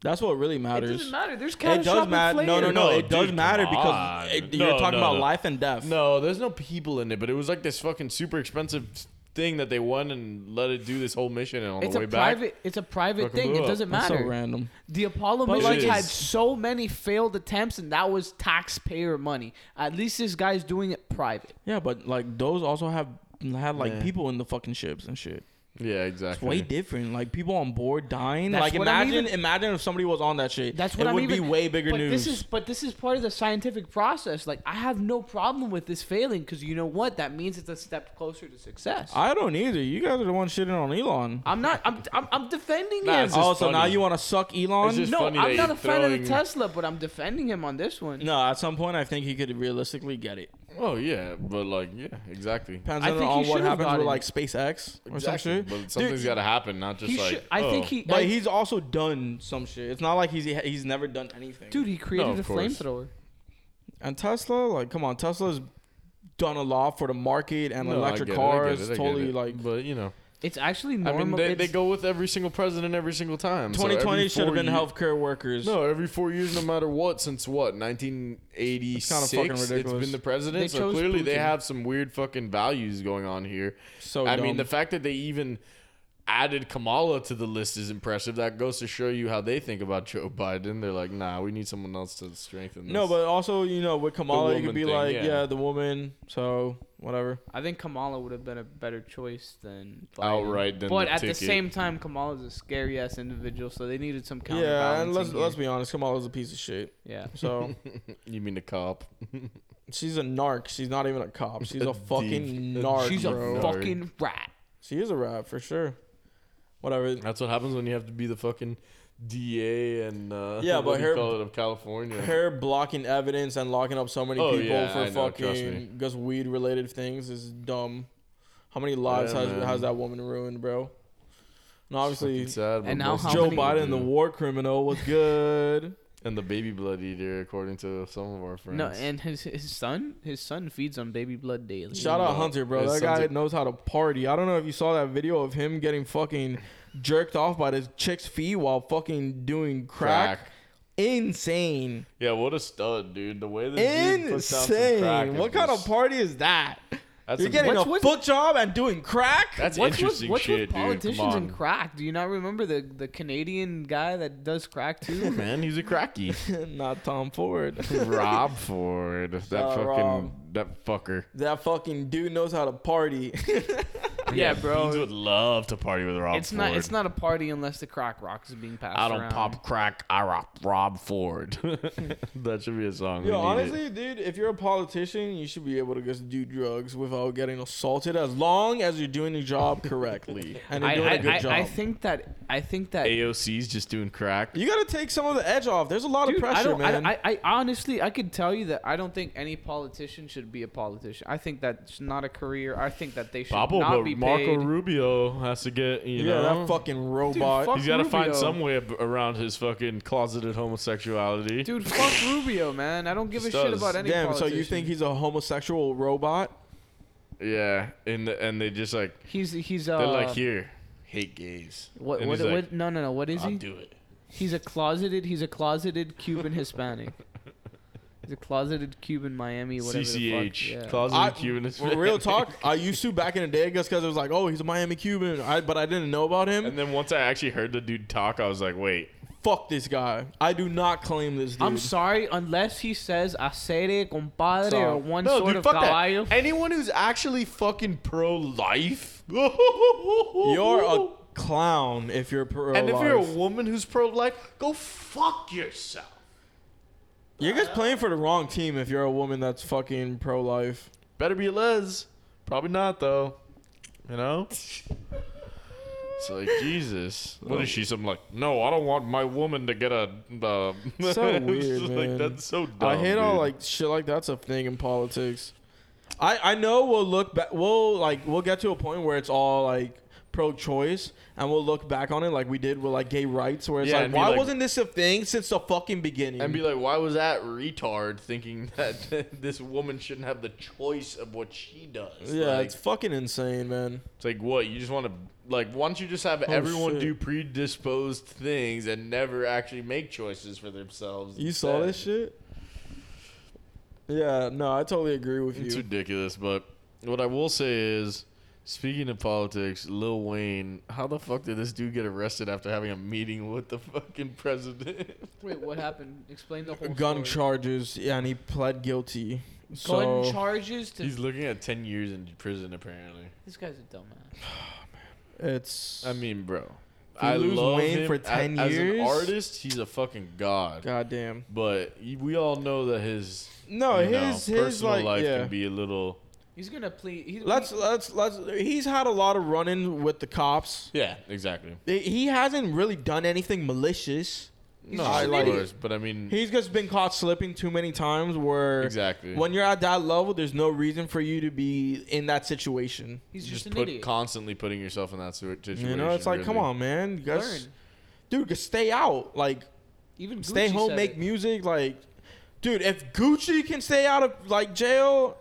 That's what really It matters. doesn't matter. There's It catastrophic does matter. No, no, failure. no. No, It does dude, matter come because on. it, No, you're talking no, about no. life and death. No, there's no people in it, but it was like this fucking super expensive thing that they won and let it do this whole mission. And on It's the a way back, private. It's a private fucking thing. blew It up. doesn't That's so matter. random. The Apollo But missions like- had so many failed attempts, and that was taxpayer money. At least this guy's doing it private. Yeah, but like those also have had like people in the fucking ships and shit. yeah, It's exactly. way different. Like people on board dying. That's like what I'm imagine, even- imagine if somebody was on that shit. That's what it I'm would even. be way bigger but news. This is, but this is part of the scientific process. Like I have no problem with this failing because you know what? That means it's a step closer to success. I, I don't either. You guys are the ones shitting on Elon. am not. I'm. I'm, I'm defending Nah, him. it's just Oh, so now funny. you want to suck Elon? It's just No, funny I'm that not you a fan of throwing- the Tesla, but I'm defending him on this one. no, at some point I think he could realistically get it. Oh yeah, but like yeah, exactly. Depends I on, think he on what should've happens with gotten it. like SpaceX or some Exactly, shit. But Dude, something's got to happen, not just he like. should. I oh. think he. But I- he's also done some shit. It's not like he's he's never done anything. Dude, he created of a course. flamethrower. and Tesla, like, come on, Tesla's done a lot for the market and No, I electric get it, I get cars. it, I get totally it. like but you know, It's actually I normal. mean, they, they it's- go with every single president every single time. so every 2020 should have four been ye- healthcare workers. No, every four years, no matter what, since what 1986, It's kinda fucking it's ridiculous. been the They president. So chose clearly, they Putin. have some weird fucking values going on here. so I dumb. mean, the fact that they even added Kamala to the list is impressive. That goes to show you how they think about Joe Biden. They're like, nah, we need someone else to strengthen. This. no, but also you know with Kamala, you could woman be thing, like, yeah. yeah. the woman. So whatever. I think Kamala would have been a better choice than Biden. outright, then But the at ticket. the same time, Kamala's a scary ass individual, so they needed some counterbalance. Yeah, and let's here. let's be honest, Kamala's a piece of shit. yeah. So you mean the cop? She's a narc. She's not even a cop. She's a fucking narc. She's bro. a fucking rat. She is a rat for sure. Whatever. That's what happens when you have to be the fucking DA and uh, Yeah, what but do you her- call it of California. Her blocking evidence and locking up so many Oh, people yeah, for I know, trust me. fucking just weed related things is dumb. How many lives Yeah, has, man. has that woman ruined, bro? And It's fucking obviously, sad, but And now most- how Joe many- Biden, the war criminal, was good. and the baby blood eater, according to some of our friends. No, and his his son, his son feeds on baby blood daily. Shout out Hunter, bro. His That son's guy a- knows how to party. I don't know if you saw that video of him getting fucking jerked off by this chick's feet while fucking doing crack. Crack. Insane. yeah, what a stud, dude. The way this dude puts down some crack Insane. is What kind of just- party is that? That's You're a- getting What's a with- foot job and doing crack? That's What's interesting with, what's shit, with dude. Come politicians and on. crack? Do you not remember the, the Canadian guy that does crack Yeah, too? man, he's a cracky. Not Tom Ford. Rob Ford, that out fucking Rob. that fucker. that fucking dude knows how to party. yeah, Beans bro. would love to party with Rob. It's not Ford. it's not a party unless the crack rock is being passed I don't around. pop crack. I rock Rob Ford. that should be a song. We Yo, need it. honestly, dude, if you're a politician, you should be able to just do drugs without getting assaulted as long as you're doing your job correctly. And you're I, doing a I, good I, job. I think that I think that AOC's just doing crack. You gotta take some of the edge off. There's a lot of Dude, pressure, I don't, man. I, I, I honestly, I could tell you that I don't think any politician should be a politician. I think that's not a career. I think that they should Pablo, not but be Marco paid. Rubio has to get you yeah, know. that fucking robot. fuck- he's got to find Rubio. some way ab- around his fucking closeted homosexuality. Dude, fuck Rubio, man. I don't give a Just shit does. about any Damn, so politician. you think he's a homosexual robot? Yeah, and the, and they just like he's he's uh they're like here, hate gays. what And what, he's like, what no no no what is I'll he? do it. He's a closeted he's a closeted Cuban Hispanic. he's a closeted Cuban Miami whatever CCH, the fuck. Yeah. closeted I- Cubanist. For real talk, I used to back in the day just because it was like, oh, he's a Miami Cuban, I, but I didn't know about him. And then once I actually heard the dude talk, I was like, wait, fuck this guy. I do not claim this dude. I'm sorry unless he says acere compadre Sorry. Um, or one sort of that. caballo. Anyone who's actually fucking pro life, you're You're a a clown if you're pro and if you're a woman who's pro life, go fuck yourself. You're just playing for the wrong team if you're a woman that's fucking pro life. Better be a les. Probably not though. You know. It's like Jesus. What is she? Some like no, I don't want my woman to get a. Uh, So it's weird, just Like man. that's so dumb. I hate all dude. like shit like that's a thing in politics. I I know we'll look back. We'll like we'll get to a point where it's all like pro-choice, and we'll look back on it like we did with like gay rights, where it's Yeah, like and be why like- wasn't this a thing since the fucking beginning? and be like, why was that retard thinking that this woman shouldn't have the choice of what she does? yeah, like, it's fucking insane, man. It's like what you just want to like. Why don't you just have everyone shit. do predisposed things and never actually make choices for themselves? You saw instead? this shit? Yeah, no, I totally agree with It's you. ridiculous. But what I will say is, speaking of politics, Lil Wayne, how the fuck did this dude get arrested after having a meeting with the fucking president? Wait, what happened? Explain the whole Gun story. charges, yeah, and he pled guilty. gun so, charges to He's looking at ten years in prison apparently. this guy's a dumbass. it's. I mean, bro. If you I lose love Wayne him. for A- 10 as an years? artist. He's a fucking god. goddamn. But we all know that his No, you know, his his personal like life yeah. can be a little He's gonna plead. He's, Let's he- let's let's. He's had a lot of run-in with the cops. yeah exactly. He- He hasn't really done anything malicious. He's no, just I an like idiot. course, but I mean He's just been caught slipping too many times. Where exactly when you're at that level, there's no reason for you to be in that situation. he's You just, an put idiot. constantly putting yourself in that sort situation. You know, it's like, really. come on, man, You guys- Learn. dude, just stay out. Like, Even stay Gucci home, said make it. music. Like, dude, if Gucci can stay out of like jail,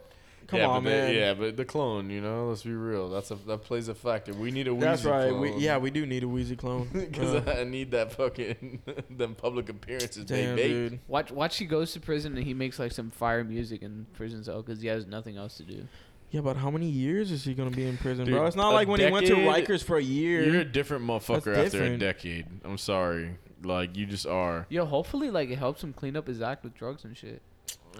come yeah, on, but the- man. yeah, but the clone, you know, let's be real. That's a that plays a factor. We need a Weezy that's right. We, clone. yeah, we do need a Wheezy clone. because Uh, I need that fucking them public appearances. damn, they bake. dude. Watch, watch. He goes to prison and he makes like some fire music in prison cell because he has nothing else to do. Yeah, but how many years is he gonna be in prison, Dude, bro? It's not a like when he went decade- to Rikers for a You're a year. different motherfucker That's after a different. decade. I'm sorry, like you just are. Yo, hopefully, like it helps him clean up his act with drugs and shit.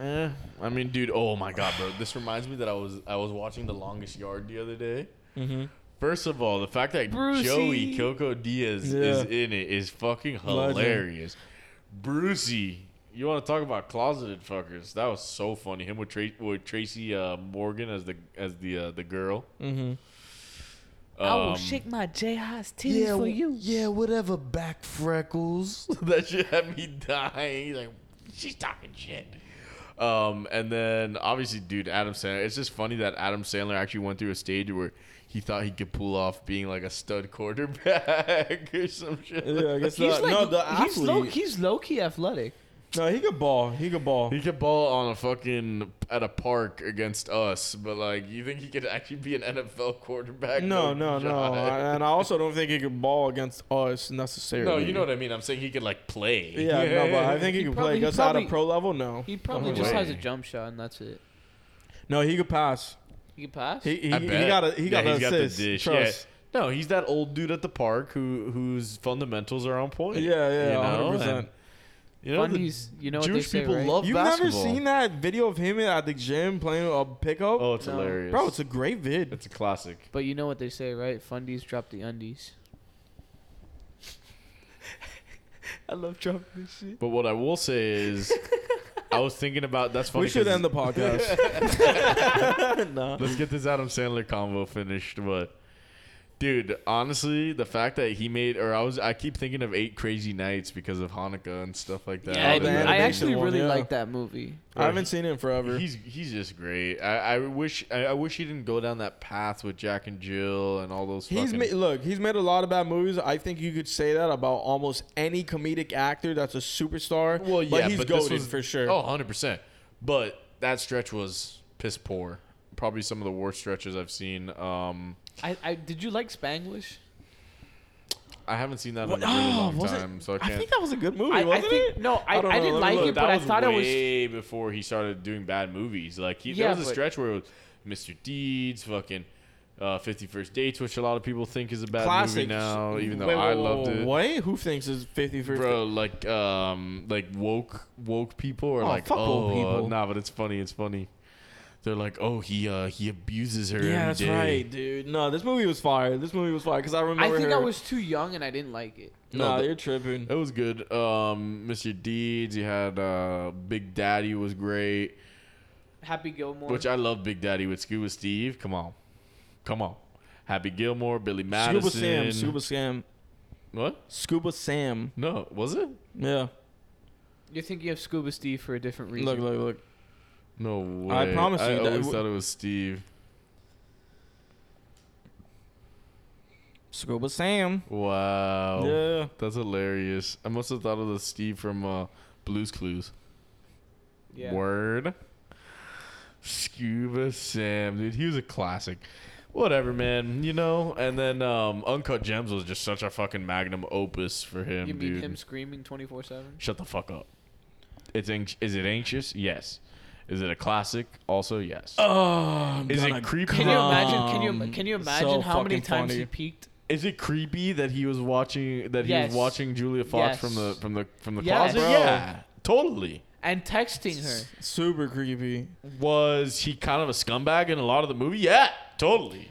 Eh, I mean, dude. Oh my god, bro. This reminds me that I was I was watching The Longest Yard the other day. Mm-hmm, First of all, the fact that Brucey. Joey Coco Diaz Yeah. is in it is fucking hilarious. Brucey, You want to talk about closeted fuckers? That was so funny. Him with, Tra- with Tracy uh, Morgan as the as the uh, the girl. Mm-hmm. Um, my J Hot's Yeah, w- yeah, whatever, back freckles. that shit had me dying. He's like, she's talking shit. Um, and then obviously, dude, Adam Sandler. It's just funny that Adam Sandler actually went through a stage where he thought he could pull off being like a stud quarterback or some shit. Yeah, I guess He's the, like, no, the he's, low, athlete. he's low key athletic. no, he could ball. He could ball. He could ball on a fucking at a park against us, but like, you think he could actually be an NFL quarterback? No, no, no. shot. I- And I also don't think he could ball against us necessarily. no, you know what I mean. I'm saying he could like play. Yeah, no, but I think he, He could probably- play. he Just at a probably- pro level, no. He probably No just way. has a jump shot and that's it. No, he could pass. He can pass. He he, I he bet. got a he Yeah, got he's an got the assist. dish, Trust. yeah. No, he's that old dude at the park who whose fundamentals are on point. Yeah, yeah, You know, 100%. and- You know, the Fundies, you know Jewish what they say, people right? love You've basketball. never seen that video of him at the gym playing a pickup? Oh, it's No. hilarious, Bro, it's a great vid. it's a classic. But you know what they say, right? Fundies drop the undies. I love dropping this shit. But what I will say is, I was thinking about that's funny. We should 'cause- end the podcast. Let's get this Adam Sandler combo finished, but dude, honestly, the fact that he made or I was I keep thinking of Eight Crazy Nights because of Hanukkah and stuff like that. Yeah, I, Oh, the I animation actually one, really yeah. like that movie. I haven't seen it in forever. He's he's just great. I, I wish I, I wish he didn't go down that path with Jack and Jill and all those. He's fucking, made, look. He's made a lot of bad movies. I think you could say that about almost any comedic actor that's a superstar. well, yeah, but he's but this goaded was for sure. Oh, 100 percent. But that stretch was piss poor. Probably some of the worst stretches I've seen. Um, I, I did you like Spanglish? I haven't seen that What- in a really oh, long was it- time, so I I can't. think that was a good movie, I, I wasn't think it? no, I, I don't I know, didn't let me like Oh, Look, it, that but I was thought it was way before he started doing bad movies. Like he, Yeah, there was a but- stretch where it was Mr. Deeds, fucking uh, Fifty First Dates, which a lot of people think is a bad Classic. movie now, even though Wait, I whoa, loved whoa, it. What? Who thinks is fifty first? Bro, like, um, like woke woke people are Oh, like, fuck oh, woke people." Uh, nah, but it's funny, it's funny. They're like, oh, he uh, he abuses her. every Yeah, that's day." right, dude. No, this movie was fire. This movie was fire because I I remember. think I her- was too young and I didn't like it. No, No, the- you're tripping. It was good. Um, Mr. Deeds, you had uh, Big Daddy was great, Happy Gilmore. which I love. Big Daddy with Scuba Steve. Come on, come on. Happy Gilmore, Billy Madison. Scuba Sam. Scuba Sam. What? Scuba Sam. No, was it? Yeah. You're thinking of Scuba Steve for a different reason. Look, look, look. No way. I promise I you that always w- thought it was Steve. Scuba Sam. Wow. Yeah. That's hilarious. I must have thought of the Steve from uh, Blue's Clues. Yeah. Word. Scuba Sam, dude, he was a classic. Whatever, man. You know. And then um, Uncut Gems was just such a fucking magnum opus for him, You mean dude. him screaming 24 7? Shut the fuck up. It's anx- is it anxious? Yes. Is it a classic? Also, yes. Oh, Is it creepy Can you imagine? Can Um, you can you so imagine how many fucking times funny. he peaked? Is it creepy that he was watching that he Yes. was watching Julia Fox Yes. from the from the from the Yes. closet? Bro. Yeah, totally. And texting her. Super creepy. Was he kind of a scumbag in a lot of the movie? Yeah, totally.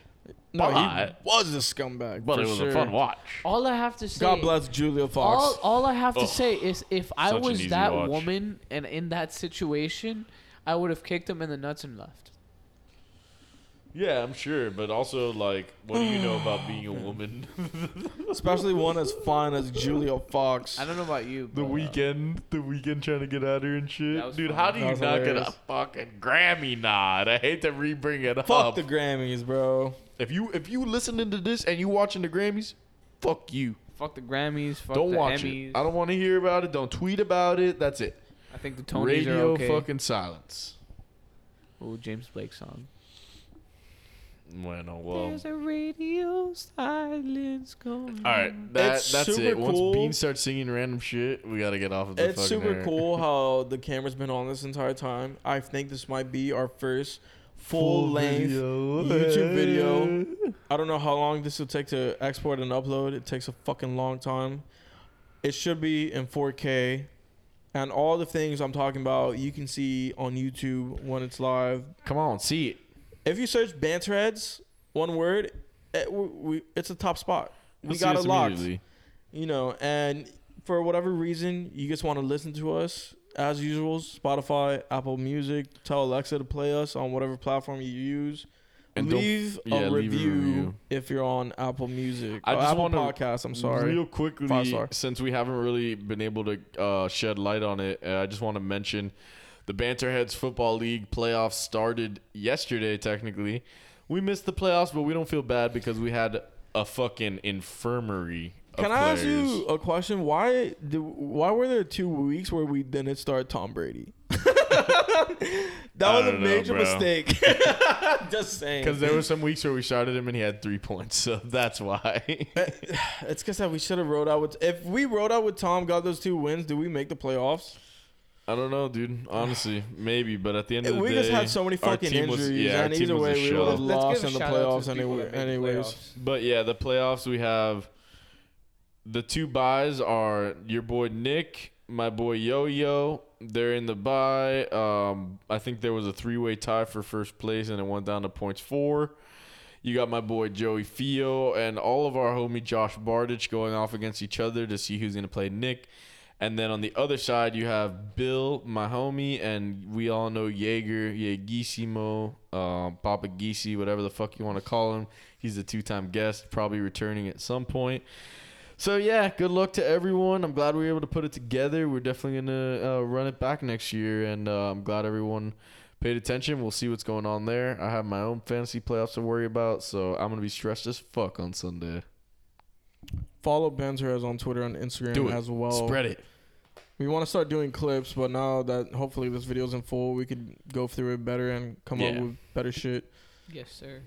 No, he But- was a scumbag. But for it was sure. a fun watch. All I have to say. God bless Julia All, Fox. all I have to Ugh. say is if I Such an was easy that watch. woman and in that situation, I would have kicked him in the nuts and left. Yeah, I'm sure. But also, like, what do you know about being a woman? Especially one as fine as Julia Fox. I don't know about you. the but, uh, weekend, the weekend trying to get at her and That shit, was dude. funny. How do That you was not get a hilarious. fucking Grammy nod? I hate to re-bring it Fuck up. the Grammys, bro. if you if you listening to this and you watching the Grammys, fuck you. Fuck the Grammys. Fuck don't the watch Emmys. it. I don't want to hear about it. Don't tweet about it. That's it. I think the Tonys Radio are okay. fucking silence. Oh, James Blake song. Bueno, well. a radio silence going. All right, that, It's that's super it. Once cool. Bean starts singing random shit, we gotta get off of the it's fucking super air. cool how the camera's been on this entire time. I think this might be our first full, length video. YouTube video. I don't know how long this will take to export and upload. It takes a fucking long time. It should be in 4K. And all the things I'm talking about, you can see on YouTube when it's live. Come on, see it. If you search Banterheads, one word, it, we, we, it's a top spot. We Let's do got this it locked immediately. you know, and for whatever reason, you just want to listen to us. as usual, Spotify, Apple Music. Tell Alexa to play us on whatever platform you use. And don't- leave, a yeah, leave a review review. if you're on Apple Music. I or just Apple wanna- Podcast. I'm sorry. Real quickly, Five star. since we haven't really been able to uh, shed light on it, uh, I just want to mention the Banterheads Football League playoffs started yesterday, technically. We missed the playoffs, but we don't feel bad because we had a fucking infirmary. Of Can I ask players. you a question? Why did, why were there two weeks where we didn't start Tom Brady? that I was a don't know, major bro. mistake. Just saying. Because there were some weeks where we started him and he had three points, so that's why. It's because that we should have rode out with. If we rode out with Tom, got those two wins, do we make the playoffs? I don't know, dude. Honestly, maybe, but at the end of the We day, just had so many our fucking team was- injuries, yeah, our and team either was a way, we would shell. have Let's lost give in the a shout out to playoffs the people anyway, that made the anyways. playoffs. But yeah, the playoffs we have the two buys are your boy Nick, my boy Yo Yo. They're in the buy. Um, I think there was a three way tie for first place, and it went down to points four. You got my boy Joey Fio and all of our homie Josh Bardich going off against each other to see who's gonna play Nick. And then on the other side, you have Bill, my homie, and we all know Jaeger, Jaegisimo, um, Papa Gisi, whatever the fuck you want to call him. He's a two time guest, probably returning at some point. So, yeah, good luck to everyone. I'm glad we were able to put it together. We're definitely going to uh, run it back next year, and uh, I'm glad everyone paid attention. We'll see what's going on there. I have my own fantasy playoffs to worry about, so I'm going to be stressed as fuck on Sunday. Follow Ben Torres on Twitter and Instagram Do it. as well. Spread it. We want to start doing clips, but now that hopefully this video's in full, we could go through it better and come up Yeah. with better shit. Yes, sir.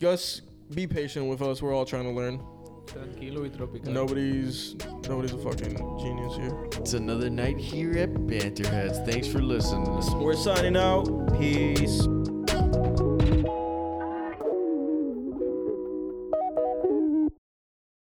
Gus, be patient with us. We're all trying to learn. Tranquilo y tropical. Nobody's nobody's a fucking genius here. It's another night here at Banterheads. Thanks for listening. We're signing out. Peace.